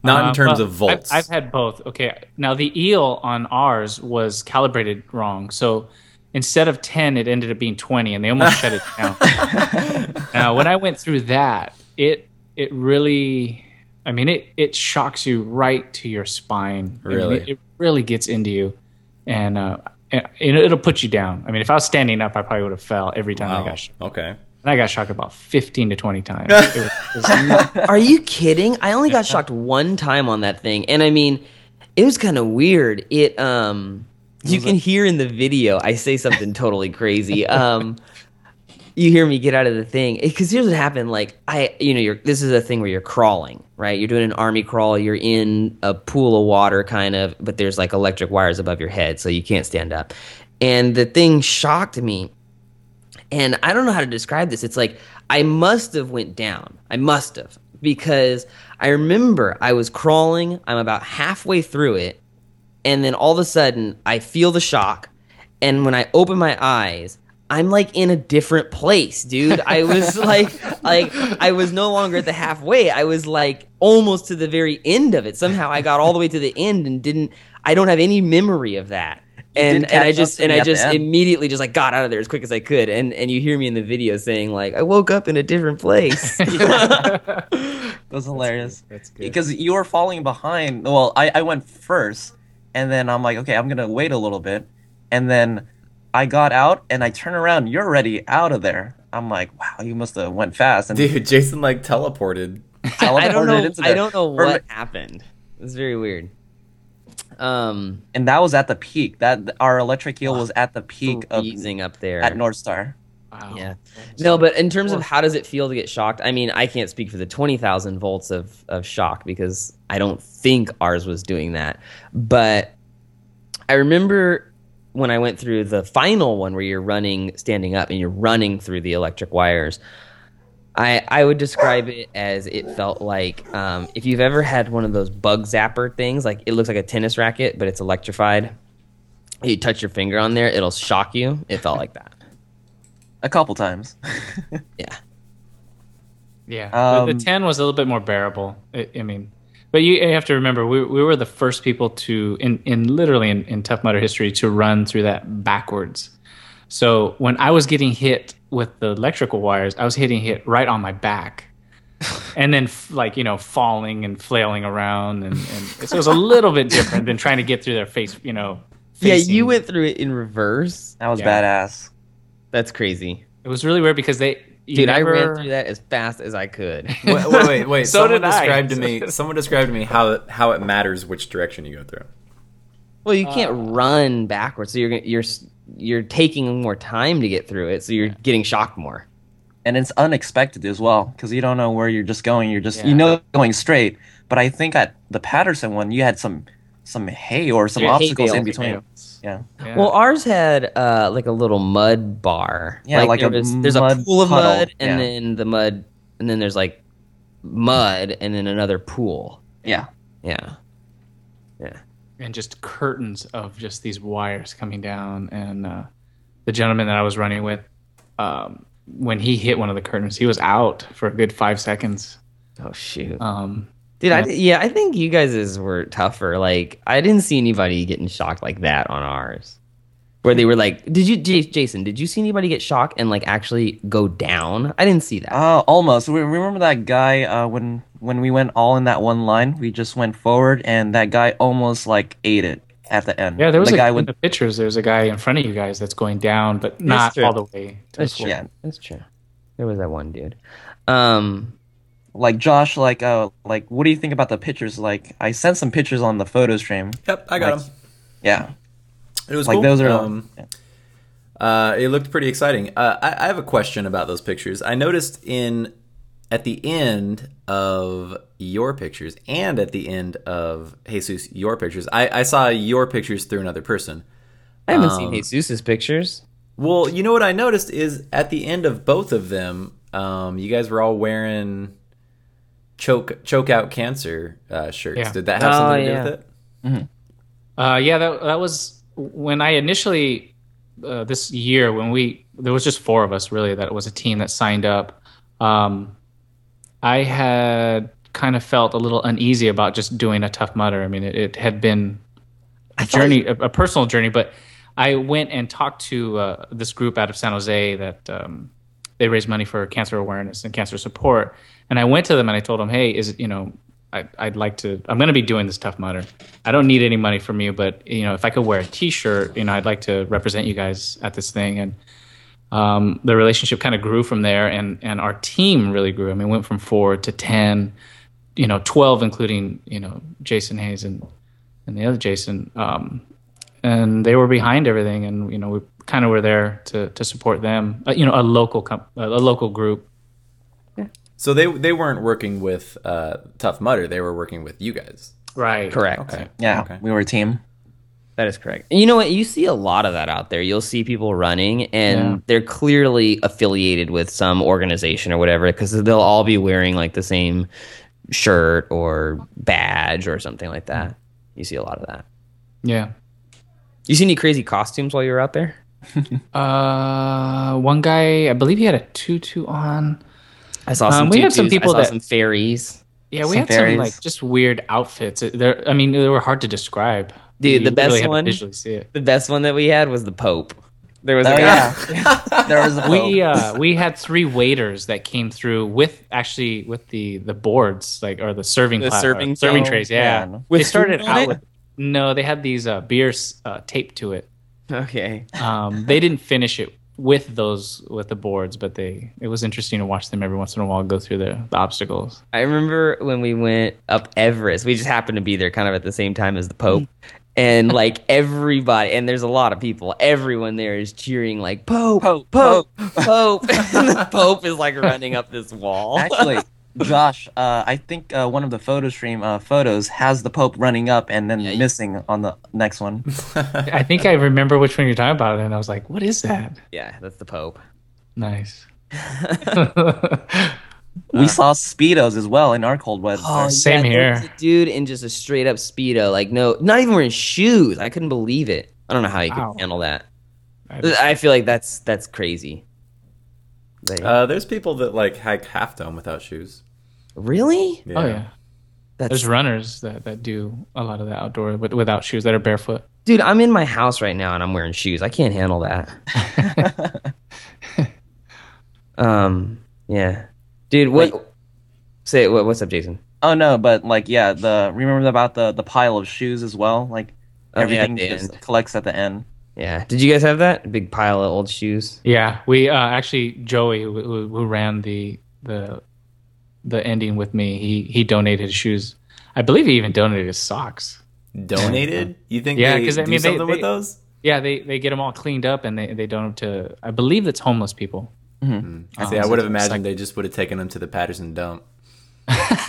Speaker 1: Not in
Speaker 2: Uh,
Speaker 1: terms
Speaker 2: well,
Speaker 1: of volts.
Speaker 2: I've, I've had both. Okay. Now the eel on ours was calibrated wrong, so instead of ten, it ended up being twenty, and they almost shut it down. now when I went through that, it it really, I mean it it shocks you right to your spine. I mean,
Speaker 1: Really?
Speaker 2: it, it really gets into you, and uh, it, it'll put you down. I mean, if I was standing up, I probably would have fell every time I
Speaker 1: Wow.
Speaker 2: got shocked.
Speaker 1: Oh, Okay.
Speaker 2: And I got shocked about fifteen to twenty times. It was- it was
Speaker 3: Are you kidding? I only got shocked one time on that thing. And I mean, It was kind of weird. It um, you
Speaker 4: was
Speaker 3: can
Speaker 4: it?
Speaker 3: hear in the video. I say something totally crazy. Um, you hear me get out of the thing because here's what happened. Like I, you know, you're this is a thing where you're crawling, right? You're doing an army crawl. You're in a pool of water, kind of, but there's like electric wires above your head, so you can't stand up. And the thing shocked me and i don't know how to describe this it's like i must have went down i must have because i remember i was crawling i'm about halfway through it and then all of a sudden i feel the shock and when i open my eyes i'm like in a different place dude i was like like i was no longer at the halfway i was like almost to the very end of it somehow i got all the way to the end and didn't i don't have any memory of that and
Speaker 4: didn't
Speaker 3: and i
Speaker 4: catch up
Speaker 3: just
Speaker 4: to
Speaker 3: and
Speaker 4: me
Speaker 3: i
Speaker 4: at the
Speaker 3: just
Speaker 4: end.
Speaker 3: immediately just like got out of there as quick as I could. And and you hear me in the video saying like I woke up in a different place.
Speaker 4: It was hilarious.
Speaker 2: That's good.
Speaker 4: Because you were falling behind. Well, I, I went first, and then I'm like, okay, I'm gonna wait a little bit, and then I got out and I turn around. You're already out of there. I'm like, wow, you must have went fast and
Speaker 1: Dude, Jason like teleported.
Speaker 4: teleported
Speaker 3: I don't know.
Speaker 4: into
Speaker 3: I
Speaker 4: there.
Speaker 3: don't know
Speaker 4: Or-
Speaker 3: what happened. It was very weird. Um,
Speaker 4: And that was at the peak. That our electric eel was at the peak of
Speaker 3: freezing up there.
Speaker 4: at North Star.
Speaker 2: Wow.
Speaker 3: Yeah. No, but in terms of how does it feel to get shocked? I mean, I can't speak for the 20,000 volts of, of shock because I don't think ours was doing that. But I remember when I went through the final one where you're running standing up and you're running through the electric wires. I, I would describe it as it felt like um, if you've ever had one of those bug zapper things, like it looks like a tennis racket, but it's electrified. You touch your finger on there, it'll shock you. It felt like that.
Speaker 4: A couple times.
Speaker 3: Yeah.
Speaker 2: Yeah, but
Speaker 4: Um,
Speaker 2: the ten was a little bit more bearable. I, I mean, but you, you have to remember we, we were the first people to in in literally in, in Tough Mudder history to run through that backwards. So when I was getting hit with the electrical wires, I was hitting hit right on my back, and then f- like you know falling and flailing around, and, and so it was a little bit different than trying to get through their face. You know,
Speaker 3: Yeah, you
Speaker 2: facing-
Speaker 3: went through it in reverse.
Speaker 4: That was
Speaker 2: Yeah.
Speaker 4: badass.
Speaker 3: That's crazy.
Speaker 2: It was really weird because they you
Speaker 3: Dude, I
Speaker 2: never-
Speaker 3: ran through that as fast as I could.
Speaker 1: Wait, wait, wait. wait.
Speaker 2: So
Speaker 1: someone
Speaker 2: did I.
Speaker 1: described to
Speaker 2: So
Speaker 1: me.
Speaker 2: did I.
Speaker 1: Someone described to me how how it matters which direction you go through.
Speaker 3: well, you can't
Speaker 4: Uh.
Speaker 3: run backwards, so you're gonna- you're s- you're taking more time to get through it, so you're getting shocked more.
Speaker 4: and it's unexpected as well because you don't know where you're just going. You're just
Speaker 2: Yeah.
Speaker 4: you know going straight. But I think at the Patterson one, you had some some hay or some
Speaker 3: Yeah, hay
Speaker 4: obstacles in
Speaker 3: bales,
Speaker 4: between.
Speaker 2: hay
Speaker 4: Yeah,
Speaker 2: Yeah.
Speaker 3: Well, ours had uh, like a little mud bar.
Speaker 4: Yeah, like
Speaker 3: there
Speaker 4: a
Speaker 3: was- there's a
Speaker 4: mud
Speaker 3: pool of
Speaker 4: puddle,
Speaker 3: mud, and
Speaker 4: yeah.
Speaker 3: then the mud, and then there's like mud, and then another pool.
Speaker 4: yeah.
Speaker 3: Yeah,
Speaker 2: and just curtains of just these wires coming down. And uh, the gentleman that I was running with, um, when he hit one of the curtains, he was out for a good five seconds.
Speaker 3: Oh shoot,
Speaker 2: Um,
Speaker 3: dude! I, yeah, I think you guys were tougher. Like, I didn't see anybody getting shocked like that on ours, where they were like, "Did you, J- Jason? Did you see anybody get shocked and like actually go down?" I didn't see that.
Speaker 4: Uh, almost. We remember that guy uh, when when we went all in that one line. We just went forward, and that guy almost like ate it at the end.
Speaker 2: yeah, there was
Speaker 4: the
Speaker 2: a
Speaker 4: guy
Speaker 2: in
Speaker 4: with
Speaker 2: the pictures. There's a guy in front of you guys that's going down, but not
Speaker 3: true.
Speaker 2: all the way. To
Speaker 3: That's
Speaker 2: the
Speaker 3: true.
Speaker 2: floor.
Speaker 4: yeah,
Speaker 3: That's true. There was that one dude. Um,
Speaker 4: like Josh. Like uh, like what do you think about the pictures? Like I sent some pictures on the photo stream.
Speaker 1: Yep, I got
Speaker 4: Like-
Speaker 1: him.
Speaker 4: Yeah,
Speaker 1: It was
Speaker 4: like
Speaker 1: cool.
Speaker 4: those are.
Speaker 1: Um,
Speaker 4: yeah.
Speaker 1: Uh, it looked pretty exciting. Uh, I, I have a question about those pictures. I noticed in at the end of your pictures and at the end of Jesus your pictures, I, I saw your pictures through another person.
Speaker 3: I haven't
Speaker 1: Um,
Speaker 3: seen Jesus's pictures.
Speaker 1: Well, you know what I noticed is at the end of both of them, um, you guys were all wearing choke choke out cancer uh, shirts.
Speaker 2: Yeah.
Speaker 1: Did that have
Speaker 3: Oh,
Speaker 1: something to
Speaker 3: yeah.
Speaker 1: do with it?
Speaker 2: Uh, yeah, that that was when I initially uh, this year when we there was just four of us really that was a team that signed up. Um, I had kind of felt a little uneasy about just doing a tough mudder. I mean, it, it had been a journey, a, a personal journey, but I went and talked to uh, this group out of San Jose that um, they raise money for cancer awareness and cancer support. And I went to them and I told them, hey, is it, you know, I, I'd like to, I'm going to be doing this Tough Mudder. I don't need any money from you, but, you know, if I could wear a t shirt, you know, I'd like to represent you guys at this thing. And um, the relationship kind of grew from there and, and our team really grew. I mean, went from four to 10, you know, 12, including, you know, Jason Hayes and and the other Jason, um, and they were behind everything, and you know we kind of were there to to support them. Uh, you know, a local comp- a local group.
Speaker 1: So they they weren't working with uh, Tough Mudder. They were working with you guys.
Speaker 2: Right.
Speaker 3: Correct.
Speaker 1: Okay.
Speaker 4: Yeah,
Speaker 1: Okay.
Speaker 4: we were a team.
Speaker 3: That is correct. And you know what? You see a lot of that out there. You'll see people running, and
Speaker 2: Yeah.
Speaker 3: they're clearly affiliated with some organization or whatever, because they'll all be wearing like the same shirt or badge or something like that. You see a lot of that.
Speaker 2: Yeah.
Speaker 3: You see any crazy costumes while you were out there?
Speaker 2: Uh, one guy, I believe he had a tutu on.
Speaker 3: I saw
Speaker 2: Um,
Speaker 3: some.
Speaker 2: we had some
Speaker 3: tutus.
Speaker 2: people
Speaker 3: I saw
Speaker 2: that-
Speaker 3: some fairies.
Speaker 2: Yeah, we
Speaker 4: Some
Speaker 2: had
Speaker 4: fairies.
Speaker 2: some like just weird outfits. It- They're, I mean, they were hard to describe.
Speaker 3: Dude,
Speaker 2: You
Speaker 3: the best
Speaker 2: literally had to
Speaker 3: one-
Speaker 2: visually see it.
Speaker 3: The best one that we had was the Pope. There was a
Speaker 4: Oh,
Speaker 3: guy.
Speaker 4: yeah. there was a
Speaker 2: We
Speaker 4: vote.
Speaker 2: uh, we had three waiters that came through with actually with the the boards like or the serving
Speaker 3: The
Speaker 2: plat- or
Speaker 3: serving
Speaker 2: serving
Speaker 3: thing?
Speaker 2: trays. Yeah,
Speaker 4: Man.
Speaker 3: With
Speaker 2: they started
Speaker 3: food on
Speaker 2: out
Speaker 3: it?
Speaker 2: with no. They had these uh, beers uh, taped to it.
Speaker 3: Okay.
Speaker 2: Um, they didn't finish it with those with the boards, but they it was interesting to watch them every once in a while go through the, the obstacles.
Speaker 3: I remember when we went up Everest, we just happened to be there kind of at the same time as the Pope. And like everybody, and there's a lot of people, everyone there is cheering, like, Pope, Pope,
Speaker 4: Pope,
Speaker 3: Pope. and the Pope is like running up this wall.
Speaker 4: Actually, Josh, uh, I think uh, one of the photo stream uh, photos has the Pope running up and then missing on the next one.
Speaker 2: I think I remember which one you're talking about, and I was like, "What is that?"
Speaker 3: yeah, that's the Pope.
Speaker 2: Nice. Oh,
Speaker 4: we saw Uh, speedos as well in our cold weather.
Speaker 2: Same
Speaker 3: Oh, there was
Speaker 2: here.
Speaker 3: a dude in just a straight up Speedo, like, no, not even wearing shoes. I couldn't believe it. I don't know how you
Speaker 2: Wow.
Speaker 3: could handle that.
Speaker 2: I-
Speaker 3: I feel like that's that's crazy. Like,
Speaker 1: Uh, there's people that like hike half dome without shoes.
Speaker 3: really?
Speaker 2: Oh yeah,
Speaker 3: That's
Speaker 2: there's runners that, that do a lot of that outdoor with, without shoes that are barefoot.
Speaker 3: Dude, I'm in my house right now and I'm wearing shoes. I can't handle that. um, yeah. Dude, what say what, what's up, Jason?
Speaker 4: Oh no, but like yeah, the remember about the the pile of shoes as well. Like
Speaker 3: Oh, yeah,
Speaker 4: everything
Speaker 3: at the
Speaker 4: just
Speaker 3: end.
Speaker 4: collects at the end.
Speaker 3: Yeah. Did you guys have that? big pile of old shoes.
Speaker 2: Yeah, we uh, actually Joey who, who- who ran the the the ending with me. He he donated his shoes. I believe he even donated his socks.
Speaker 1: Donated? You think
Speaker 2: Yeah,
Speaker 1: they
Speaker 2: 'cause, I
Speaker 1: do
Speaker 2: mean, they-
Speaker 1: something with
Speaker 2: they-
Speaker 1: those?
Speaker 2: Yeah, they they get them all cleaned up and they they donate to I believe it's homeless people.
Speaker 1: I See, I would have imagined they just would have taken them to the Patterson dump.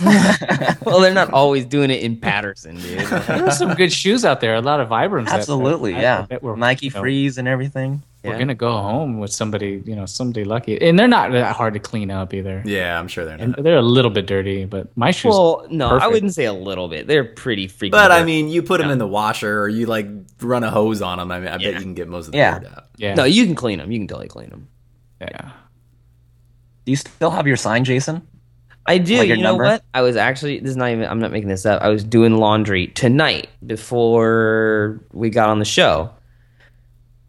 Speaker 3: well, they're not always doing it in Patterson, dude.
Speaker 2: There were some good shoes out there. A lot of Vibrams. that-
Speaker 4: Absolutely,
Speaker 2: that-
Speaker 4: yeah.
Speaker 2: that were-
Speaker 4: Nike
Speaker 2: you know,
Speaker 4: Freeze and everything.
Speaker 3: Yeah.
Speaker 2: We're gonna go home with somebody, you know, somebody lucky, and they're not that hard to clean up either.
Speaker 1: Yeah, I'm sure they're
Speaker 2: And
Speaker 1: not.
Speaker 2: they're a little bit dirty, but my shoes.
Speaker 3: Well, no, I
Speaker 2: Perfect.
Speaker 3: wouldn't say a little bit. They're pretty freaking
Speaker 1: But I
Speaker 3: dirty.
Speaker 1: mean, you put them in the washer or you like run a hose on them. I mean, I bet you can get most of the
Speaker 4: Yeah.
Speaker 1: dirt out.
Speaker 2: yeah,
Speaker 3: No, you can clean them. You can totally clean them.
Speaker 2: yeah.
Speaker 4: Do you still have your sign, Jason?
Speaker 3: I do.
Speaker 4: Like
Speaker 3: you
Speaker 4: your
Speaker 3: know
Speaker 4: number?
Speaker 3: what? I was actually this is not even I'm not making this up. I was doing laundry tonight before we got on the show.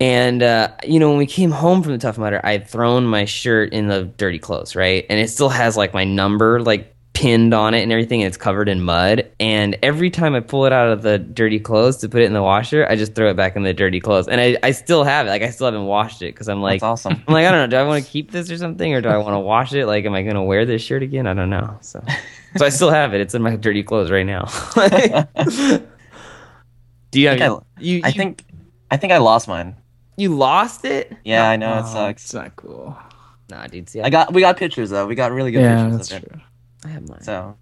Speaker 3: And uh, you know, when we came home from the Tough Mudder, I had thrown my shirt in the dirty clothes, right? And it still has like my number like pinned on it and everything, and it's covered in mud. And every time I pull it out of the dirty clothes to put it in the washer, I just throw it back in the dirty clothes. And I, I still have it. Like I still haven't washed it because I'm like
Speaker 4: That's awesome.
Speaker 3: I'm like, I don't know. Do I want to keep this or something, or do I want to wash it? Like, am I going to wear this shirt again? I don't know. So, so I still have it. It's in my dirty clothes right now. do you have?
Speaker 4: I think
Speaker 3: you,
Speaker 4: I
Speaker 3: you-
Speaker 4: think I think I lost mine.
Speaker 3: you lost it.
Speaker 4: Yeah, I know it
Speaker 2: Oh,
Speaker 4: sucks.
Speaker 2: It's not cool.
Speaker 3: Nah, dude. See, I,
Speaker 4: I got we got pictures though. We got really good
Speaker 2: Yeah,
Speaker 4: pictures
Speaker 2: that's
Speaker 4: of it.
Speaker 2: true.
Speaker 3: I have mine.
Speaker 4: So,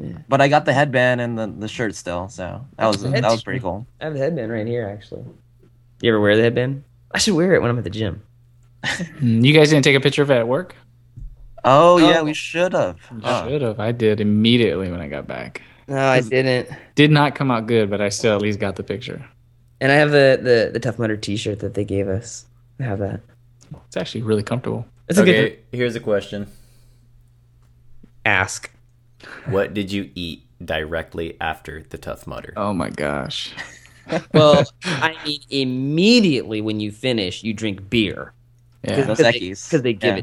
Speaker 3: Yeah.
Speaker 4: but I got the headband and the, the shirt still. So that was that was pretty cool.
Speaker 3: I have the headband right here, actually. You ever wear the headband? I should wear it when I'm at the gym.
Speaker 2: Mm, You guys didn't take a picture of it at work?
Speaker 4: Oh, yeah, we should have. Oh,
Speaker 2: Should have. I did immediately when I got back.
Speaker 3: No, I didn't.
Speaker 2: Did not come out good, but I still at least got the picture.
Speaker 3: And I have the the, the Tough Mudder T-shirt that they gave us. I have that.
Speaker 2: It's actually really comfortable.
Speaker 3: It's a good
Speaker 1: Okay, here's a question.
Speaker 3: ask.
Speaker 1: What did you eat directly after the Tough Mudder?
Speaker 2: Oh my gosh.
Speaker 3: Well, I mean, immediately when you finish, you drink beer.
Speaker 2: Yeah.
Speaker 4: Those Equis.
Speaker 3: because they give
Speaker 4: Yeah.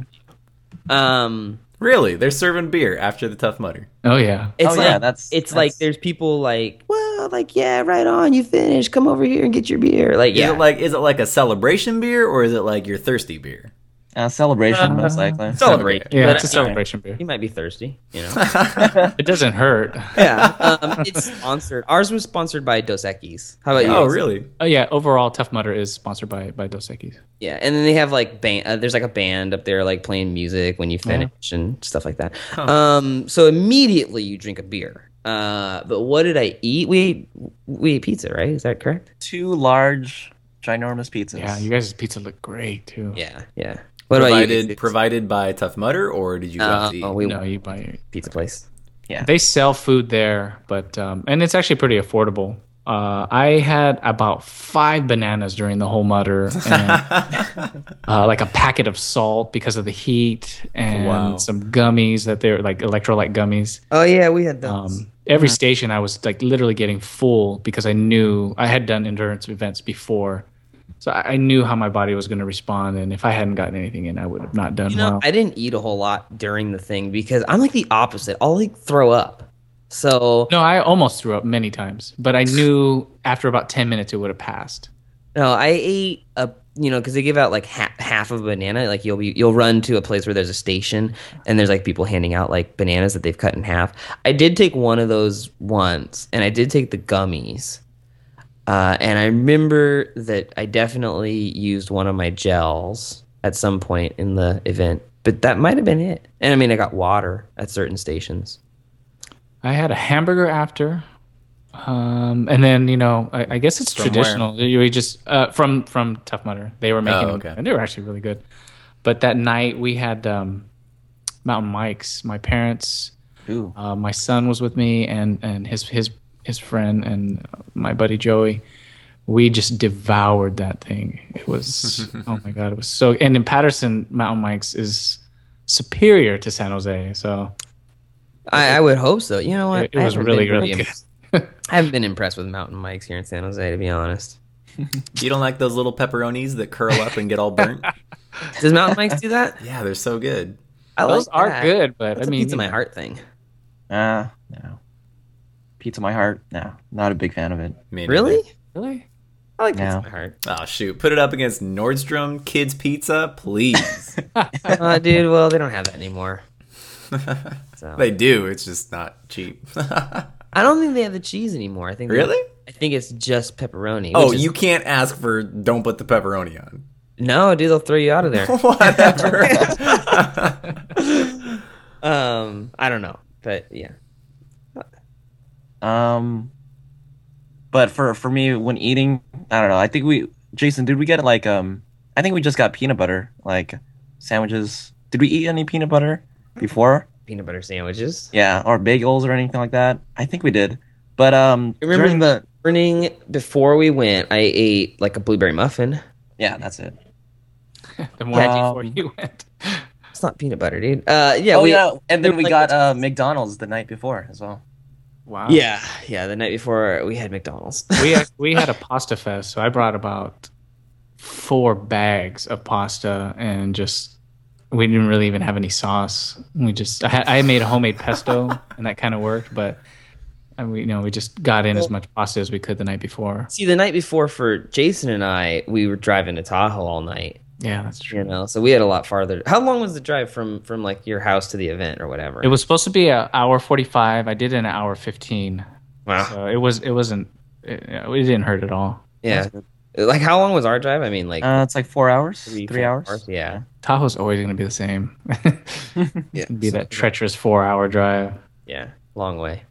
Speaker 3: it. Um,
Speaker 1: Really? They're serving beer after the Tough Mudder.
Speaker 2: Oh yeah.
Speaker 3: it's
Speaker 4: oh
Speaker 3: like
Speaker 4: yeah, that's
Speaker 3: it's like
Speaker 4: that's-
Speaker 3: there's people like, well, like yeah, right on, you finished. Come over here and get your beer. Like yeah,
Speaker 1: Is it like is it like a celebration beer or is it like your thirsty beer?
Speaker 4: Uh, celebration,
Speaker 2: Uh,
Speaker 4: most likely.
Speaker 3: Celebrate.
Speaker 2: Yeah,
Speaker 3: But
Speaker 2: it's a
Speaker 3: anyway,
Speaker 2: celebration beer.
Speaker 3: You might be thirsty, you know.
Speaker 2: It doesn't hurt.
Speaker 3: yeah, um, it's sponsored. Ours was sponsored by Dos Equis. How about you?
Speaker 1: oh,
Speaker 3: guys?
Speaker 1: really?
Speaker 2: Oh yeah, overall, Tough Mudder is sponsored by by Dos Equis.
Speaker 3: Yeah, and then they have like band. Uh, there's like a band up there, like playing music when you finish and stuff like that. Um, so immediately you drink a beer. Uh, but what did I eat? We ate, we ate pizza, right? Is that correct?
Speaker 4: Two large, ginormous pizzas.
Speaker 2: Yeah, you guys' pizza looked great too.
Speaker 3: Yeah, yeah. What
Speaker 1: provided
Speaker 3: about you?
Speaker 1: provided by Tough Mudder, or did you
Speaker 3: Uh,
Speaker 1: have to eat?
Speaker 3: oh, we
Speaker 2: No, you buy it.
Speaker 3: pizza place.
Speaker 2: They sell food there, but um, and it's actually pretty affordable. Uh, I had about five bananas during the whole mutter, and, uh, like a packet of salt because of the heat, and
Speaker 1: Wow.
Speaker 2: some gummies that they're like electrolyte gummies.
Speaker 3: Oh yeah, we had those.
Speaker 2: Um, every
Speaker 3: Uh-huh.
Speaker 2: station, I was like literally getting full because I knew I had done endurance events before, so I, I knew how my body was going to respond, and if I hadn't gotten anything in, I would have not done
Speaker 3: You know,
Speaker 2: well.
Speaker 3: I didn't eat a whole lot during the thing because I'm like the opposite. I'll like throw up. So
Speaker 2: No, I almost threw up many times, but I knew after about 10 minutes it would have passed.
Speaker 3: No, I ate a you know because they give out like ha- half of a banana. Like you'll be you'll run to a place where there's a station and there's like people handing out like bananas that they've cut in half. I did take one of those once, and I did take the gummies. Uh, and I remember that I definitely used one of my gels at some point in the event, but that might have been it. And I mean, I got water at certain stations.
Speaker 2: I had a hamburger after. Um, and then, you know, I, I guess it's
Speaker 1: From where?
Speaker 2: traditional. You we just uh, from from Tough Mudder. They were making
Speaker 1: Oh,
Speaker 2: them,
Speaker 1: okay.
Speaker 2: and they were actually really good. But that night we had um, Mountain Mike's. My parents,
Speaker 4: Ooh.
Speaker 2: Uh, my son was with me, and and his his his friend and my buddy Joey. We just devoured that thing. It was oh my god, it was so. And in Patterson, Mountain Mike's is superior to San Jose. So
Speaker 3: I, I would hope so. You know what?
Speaker 2: It- it
Speaker 3: I
Speaker 2: was
Speaker 3: haven't
Speaker 2: really,
Speaker 3: been
Speaker 2: really
Speaker 3: impressed. I haven't been impressed with mountain mics here in San Jose, to be honest.
Speaker 1: You don't like those little pepperonis that curl up and get all burnt?
Speaker 3: Does mountain mics do that?
Speaker 1: yeah, they're so good.
Speaker 3: I
Speaker 2: those
Speaker 3: like
Speaker 2: are
Speaker 3: that.
Speaker 2: good, but
Speaker 3: That's
Speaker 2: I
Speaker 3: a
Speaker 2: mean,
Speaker 3: pizza my heart thing.
Speaker 4: Uh, no. Pizza My Heart? No. Not a big fan of it.
Speaker 1: Me neither.
Speaker 3: Really?
Speaker 2: really.
Speaker 3: I like
Speaker 4: No.
Speaker 3: pizza my heart.
Speaker 1: Oh shoot! Put it up against Nordstrom Kids Pizza, please.
Speaker 3: Uh, dude, well, they don't have that anymore. So
Speaker 1: they do. It's just not cheap.
Speaker 3: I don't think they have the cheese anymore. I think they-
Speaker 1: really?
Speaker 3: I think it's just pepperoni.
Speaker 1: Oh,
Speaker 3: which is-
Speaker 1: you can't ask for don't put the pepperoni on.
Speaker 3: no, dude, they'll throw you out of there.
Speaker 1: Whatever.
Speaker 3: um, I don't know, but yeah,
Speaker 4: Um, but for for me, when eating, I don't know. I think we, Jason, did we get like um? I think we just got peanut butter like sandwiches. Did we eat any peanut butter before?
Speaker 3: peanut butter sandwiches.
Speaker 4: Yeah, or bagels or anything like that. I think we did. But um,
Speaker 3: Remember-
Speaker 4: during the
Speaker 3: Morning before we went, I ate like a blueberry muffin.
Speaker 4: yeah, that's it.
Speaker 2: The morning
Speaker 4: Um,
Speaker 2: before you went.
Speaker 3: It's not peanut butter, dude. Uh, yeah,
Speaker 4: oh
Speaker 3: we,
Speaker 4: yeah, and then we
Speaker 3: like
Speaker 4: got
Speaker 3: the-
Speaker 4: uh McDonald's the night before as well.
Speaker 2: Wow.
Speaker 3: yeah, yeah. The night before, we had McDonald's.
Speaker 2: we had, we had a pasta fest, so I brought about four bags of pasta and just we didn't really even have any sauce. We just I, had- I made a homemade pesto and that kind of worked, but I, we- you know we just got in as much pasta as we could the night before.
Speaker 3: See, the night before for Jason and I, we were driving to Tahoe all night.
Speaker 2: Yeah, that's true.
Speaker 3: you know so we had a lot farther how long was the drive from from like your house to the event or whatever
Speaker 2: It was supposed to be an hour forty five. I did an hour fifteen,
Speaker 3: wow
Speaker 2: so it was it wasn't it, it didn't hurt at all.
Speaker 3: yeah like how long was our drive i mean like
Speaker 4: Uh, it's like four hours,
Speaker 3: three,
Speaker 4: three,
Speaker 3: four
Speaker 4: hours.
Speaker 3: yeah
Speaker 2: Tahoe's always going to be the same.
Speaker 3: yeah
Speaker 2: It'd be that treacherous four hour drive.
Speaker 3: yeah long way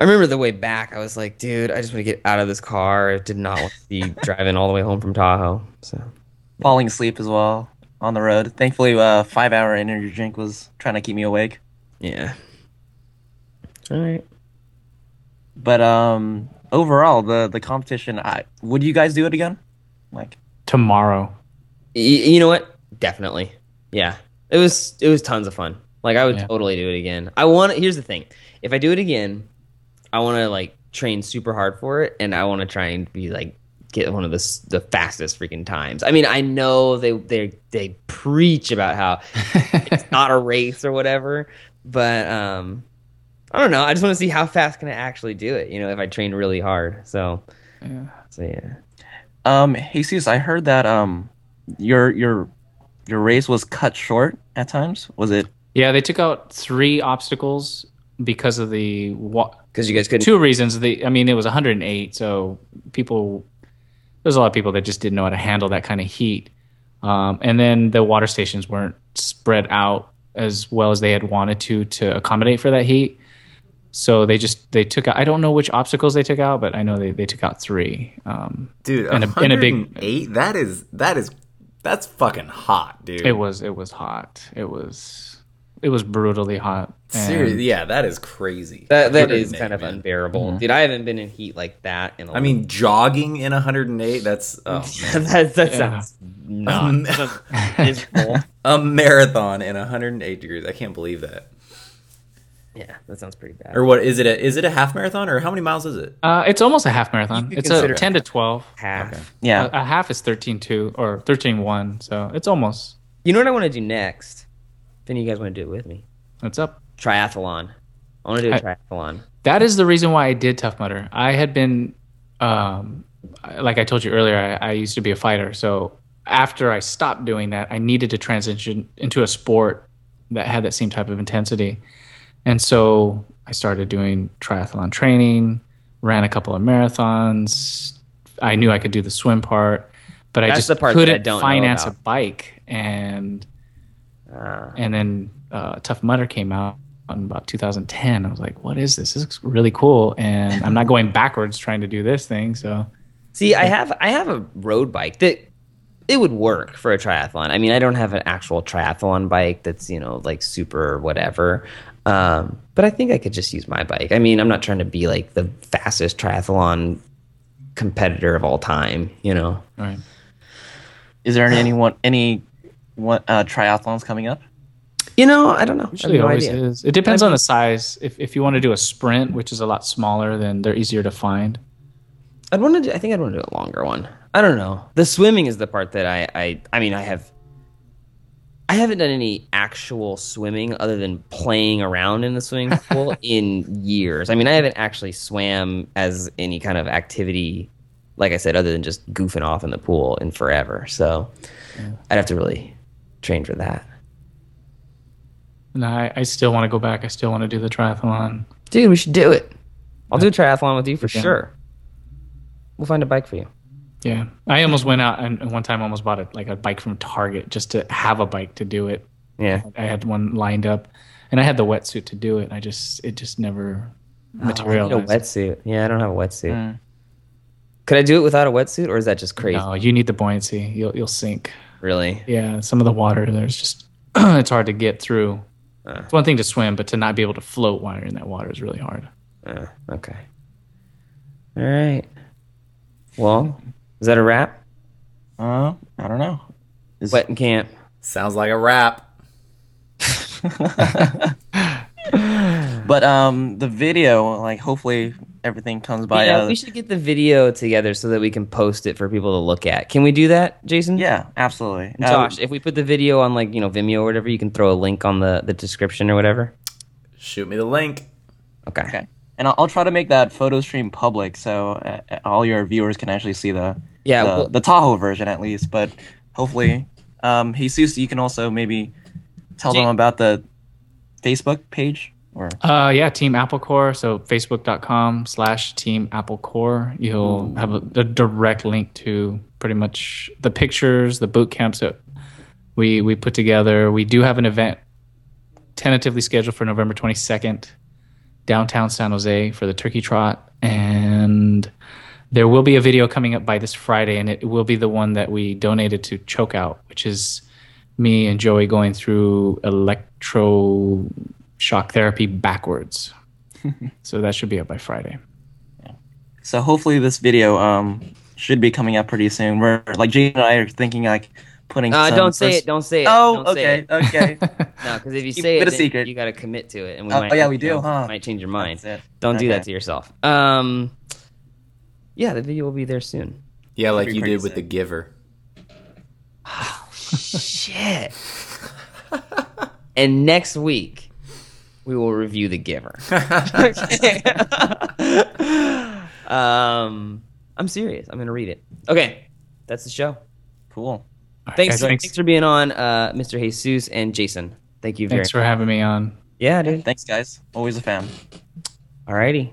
Speaker 3: i remember the way back i was like dude i just want to get out of this car i did not want to be driving all the way home from tahoe so
Speaker 4: Falling asleep as well on the road. Thankfully, uh, five hour energy drink was trying to keep me awake.
Speaker 3: yeah all right
Speaker 4: But um, overall, the the competition. I would you guys do it again? Like,
Speaker 2: Tomorrow,
Speaker 3: Y- you know what definitely yeah it was it was tons of fun like i would
Speaker 2: Yeah.
Speaker 3: totally do it again i want here's the thing if i do it again i want to like train super hard for it and i want to try and be like get one of the s- the fastest freaking times i mean i know they they they preach about how it's not a race or whatever but um i don't know i just want to see how fast can i actually do it you know if i train really hard so
Speaker 2: Yeah.
Speaker 3: so yeah
Speaker 4: um, Jesus, I heard that um, your your your race was cut short at times. Was it?
Speaker 2: Yeah, they took out three obstacles because of the wa-
Speaker 3: because you guys couldn't.
Speaker 2: two reasons. The I mean, it was 108, so people there's a lot of people that just didn't know how to handle that kind of heat. Um, and then the water stations weren't spread out as well as they had wanted to to accommodate for that heat. So they just they took out. I don't know which obstacles they took out, but I know they, they took out three. Um,
Speaker 1: dude.
Speaker 2: And a- and a big-
Speaker 1: 108? That is that is that's fucking hot, dude.
Speaker 2: it was it was hot. It was it was brutally hot. And-
Speaker 1: Seriously, yeah, that is crazy.
Speaker 3: That that is
Speaker 1: 108,
Speaker 3: kind of
Speaker 1: man. Mm-hmm.
Speaker 3: unbearable, dude. I haven't been in heat like that in. a
Speaker 1: I mean, jogging in 108. That's oh, man.
Speaker 3: that that
Speaker 2: Yeah.
Speaker 3: sounds
Speaker 1: A
Speaker 3: not
Speaker 1: ma-
Speaker 3: miserable.
Speaker 1: a marathon in 108 degrees. I can't believe that.
Speaker 3: yeah, that sounds pretty bad.
Speaker 1: Or what is it? A, is it a half marathon or how many miles is it?
Speaker 2: uh, it's almost a half marathon.
Speaker 3: could
Speaker 2: It's a
Speaker 3: consider-
Speaker 2: 10 to 12.
Speaker 3: Half.
Speaker 4: Yeah.
Speaker 2: A,
Speaker 3: Uh,
Speaker 2: a half is 13.2 or 13.1, so it's almost.
Speaker 3: You know what I want to do next? If any of you guys want to do it with me,
Speaker 2: It's up.
Speaker 3: triathlon. I want to do a
Speaker 2: I-
Speaker 3: triathlon.
Speaker 2: that is the reason why I did Tough Mudder. I had been, um, I- like I told you earlier, I, I used to be a fighter. So after I stopped doing that, I needed to transition into a sport that had that same type of intensity. And so I started doing triathlon training, ran a couple of marathons. I knew I could do the swim part, but I
Speaker 3: That's
Speaker 2: just
Speaker 3: the part that I
Speaker 2: couldn't
Speaker 3: don't know
Speaker 2: finance a
Speaker 3: about.
Speaker 2: bike. And
Speaker 3: Ah.
Speaker 2: and then uh, Tough Mudder came out in about 2010. I was like, "What is this? This looks really cool." And I'm not going backwards trying to do this thing. So
Speaker 3: See, I have I have a road bike that it would work for a triathlon. I mean, I don't have an actual triathlon bike that's you know like super whatever, um, but I think I could just use my bike. I mean, I'm not trying to be like the fastest triathlon competitor of all time, you know.
Speaker 2: all right.
Speaker 4: Is
Speaker 3: uh,
Speaker 4: there anyone any one uh, triathlons coming up?
Speaker 3: You know, I don't know.
Speaker 2: Actually,
Speaker 3: I have no
Speaker 2: always
Speaker 3: idea.
Speaker 2: is. It depends on the size. If if you want to do a sprint, which is a lot smaller, then they're easier to find.
Speaker 3: I'd want to. Do, I think I'd want to do a longer one. I don't know. The swimming is the part that I. I. I mean, I have. I haven't done any actual swimming other than playing around in the swimming pool in years. I mean, I haven't actually swam as any kind of activity, like I said, other than just goofing off in the pool in forever. So, I'd have to really train for that.
Speaker 2: And I, I still want to go back. I still want to do the triathlon.
Speaker 3: Dude, we should do it. I'll do a triathlon with you for
Speaker 2: Yeah.
Speaker 3: sure. We'll find a bike for you.
Speaker 2: Yeah, I almost went out and and one time almost bought a, like a bike from Target just to have a bike to do it.
Speaker 3: Yeah.
Speaker 2: I had one lined up, and I had the wetsuit to do it. And I just it just never
Speaker 3: Oh, I need a
Speaker 2: materialized.
Speaker 3: wetsuit. Yeah, I don't have a wetsuit. Could I do it without a wetsuit, or is that just crazy?
Speaker 2: No, you need the buoyancy. You'll you'll sink.
Speaker 3: Really?
Speaker 2: Yeah, some of the water there's just it's hard to get through. It's one thing to swim, but to not be able to float while you're in that water is really hard.
Speaker 3: Uh, okay. All right. Well, is that a wrap?
Speaker 4: Uh, I don't know. Is,
Speaker 3: Wet in camp.
Speaker 1: Sounds like a wrap.
Speaker 4: But um, the video, like, hopefully everything comes by.
Speaker 3: yeah,
Speaker 4: uh,
Speaker 3: we should get the video together so that we can post it for people to look at. Can we do that, Jason?
Speaker 4: yeah, absolutely. Uh,
Speaker 3: And Josh, if we put the video on like you know Vimeo or whatever, you can throw a link on the the description or whatever.
Speaker 1: Shoot me the link.
Speaker 3: Okay.
Speaker 4: Okay. And I'll, I'll try to make that photo stream public so uh, uh, all your viewers can actually see the
Speaker 3: Yeah,
Speaker 4: the,
Speaker 3: well-
Speaker 4: the Tahoe version at least. But hopefully, um, Jesus, you can also maybe tell them about the Facebook page or
Speaker 2: Uh, yeah, Team Apple Core. So facebook.com slash Team Apple Core. You'll have a, a direct link to pretty much the pictures, the boot camps that we we put together. We do have an event tentatively scheduled for November 22nd, downtown San Jose for the Turkey Trot, and there will be a video coming up by this Friday, and it will be the one that we donated to Choke Out, which is me and Joey going through electro shock therapy backwards. so that should be up by Friday.
Speaker 4: So hopefully this video um should be coming up pretty soon. We're like Jane and I are thinking like putting.
Speaker 3: Uh,
Speaker 4: some
Speaker 3: don't say
Speaker 4: first-
Speaker 3: it. Don't say it.
Speaker 4: Oh,
Speaker 3: don't say
Speaker 4: okay,
Speaker 3: it.
Speaker 4: okay.
Speaker 3: No, because if you
Speaker 4: Keep
Speaker 3: say
Speaker 4: it
Speaker 3: it,
Speaker 4: a
Speaker 3: then
Speaker 4: secret.
Speaker 3: you got to commit to it, and we
Speaker 4: Oh,
Speaker 3: might
Speaker 4: yeah, we
Speaker 3: you
Speaker 4: do,
Speaker 3: know,
Speaker 4: huh?
Speaker 3: Might change your mind.
Speaker 4: That's it.
Speaker 3: Don't do that
Speaker 4: Okay.
Speaker 3: to yourself. Um, yeah, the video will be there soon.
Speaker 1: Yeah, like
Speaker 4: be
Speaker 1: you
Speaker 4: pretty
Speaker 1: did with
Speaker 4: sick.
Speaker 1: the giver.
Speaker 3: Shit. and next week, we will review The Giver. um, I'm serious. I'm going to read it. Okay. That's the show.
Speaker 4: cool.
Speaker 3: Thanks,
Speaker 2: Guys,
Speaker 3: thanks for being on, uh, Mr. Jesus and Jason. Thank you very
Speaker 2: Thanks for having me on.
Speaker 3: Yeah, dude.
Speaker 4: Thanks, guys. Always a fan.
Speaker 3: Alrighty.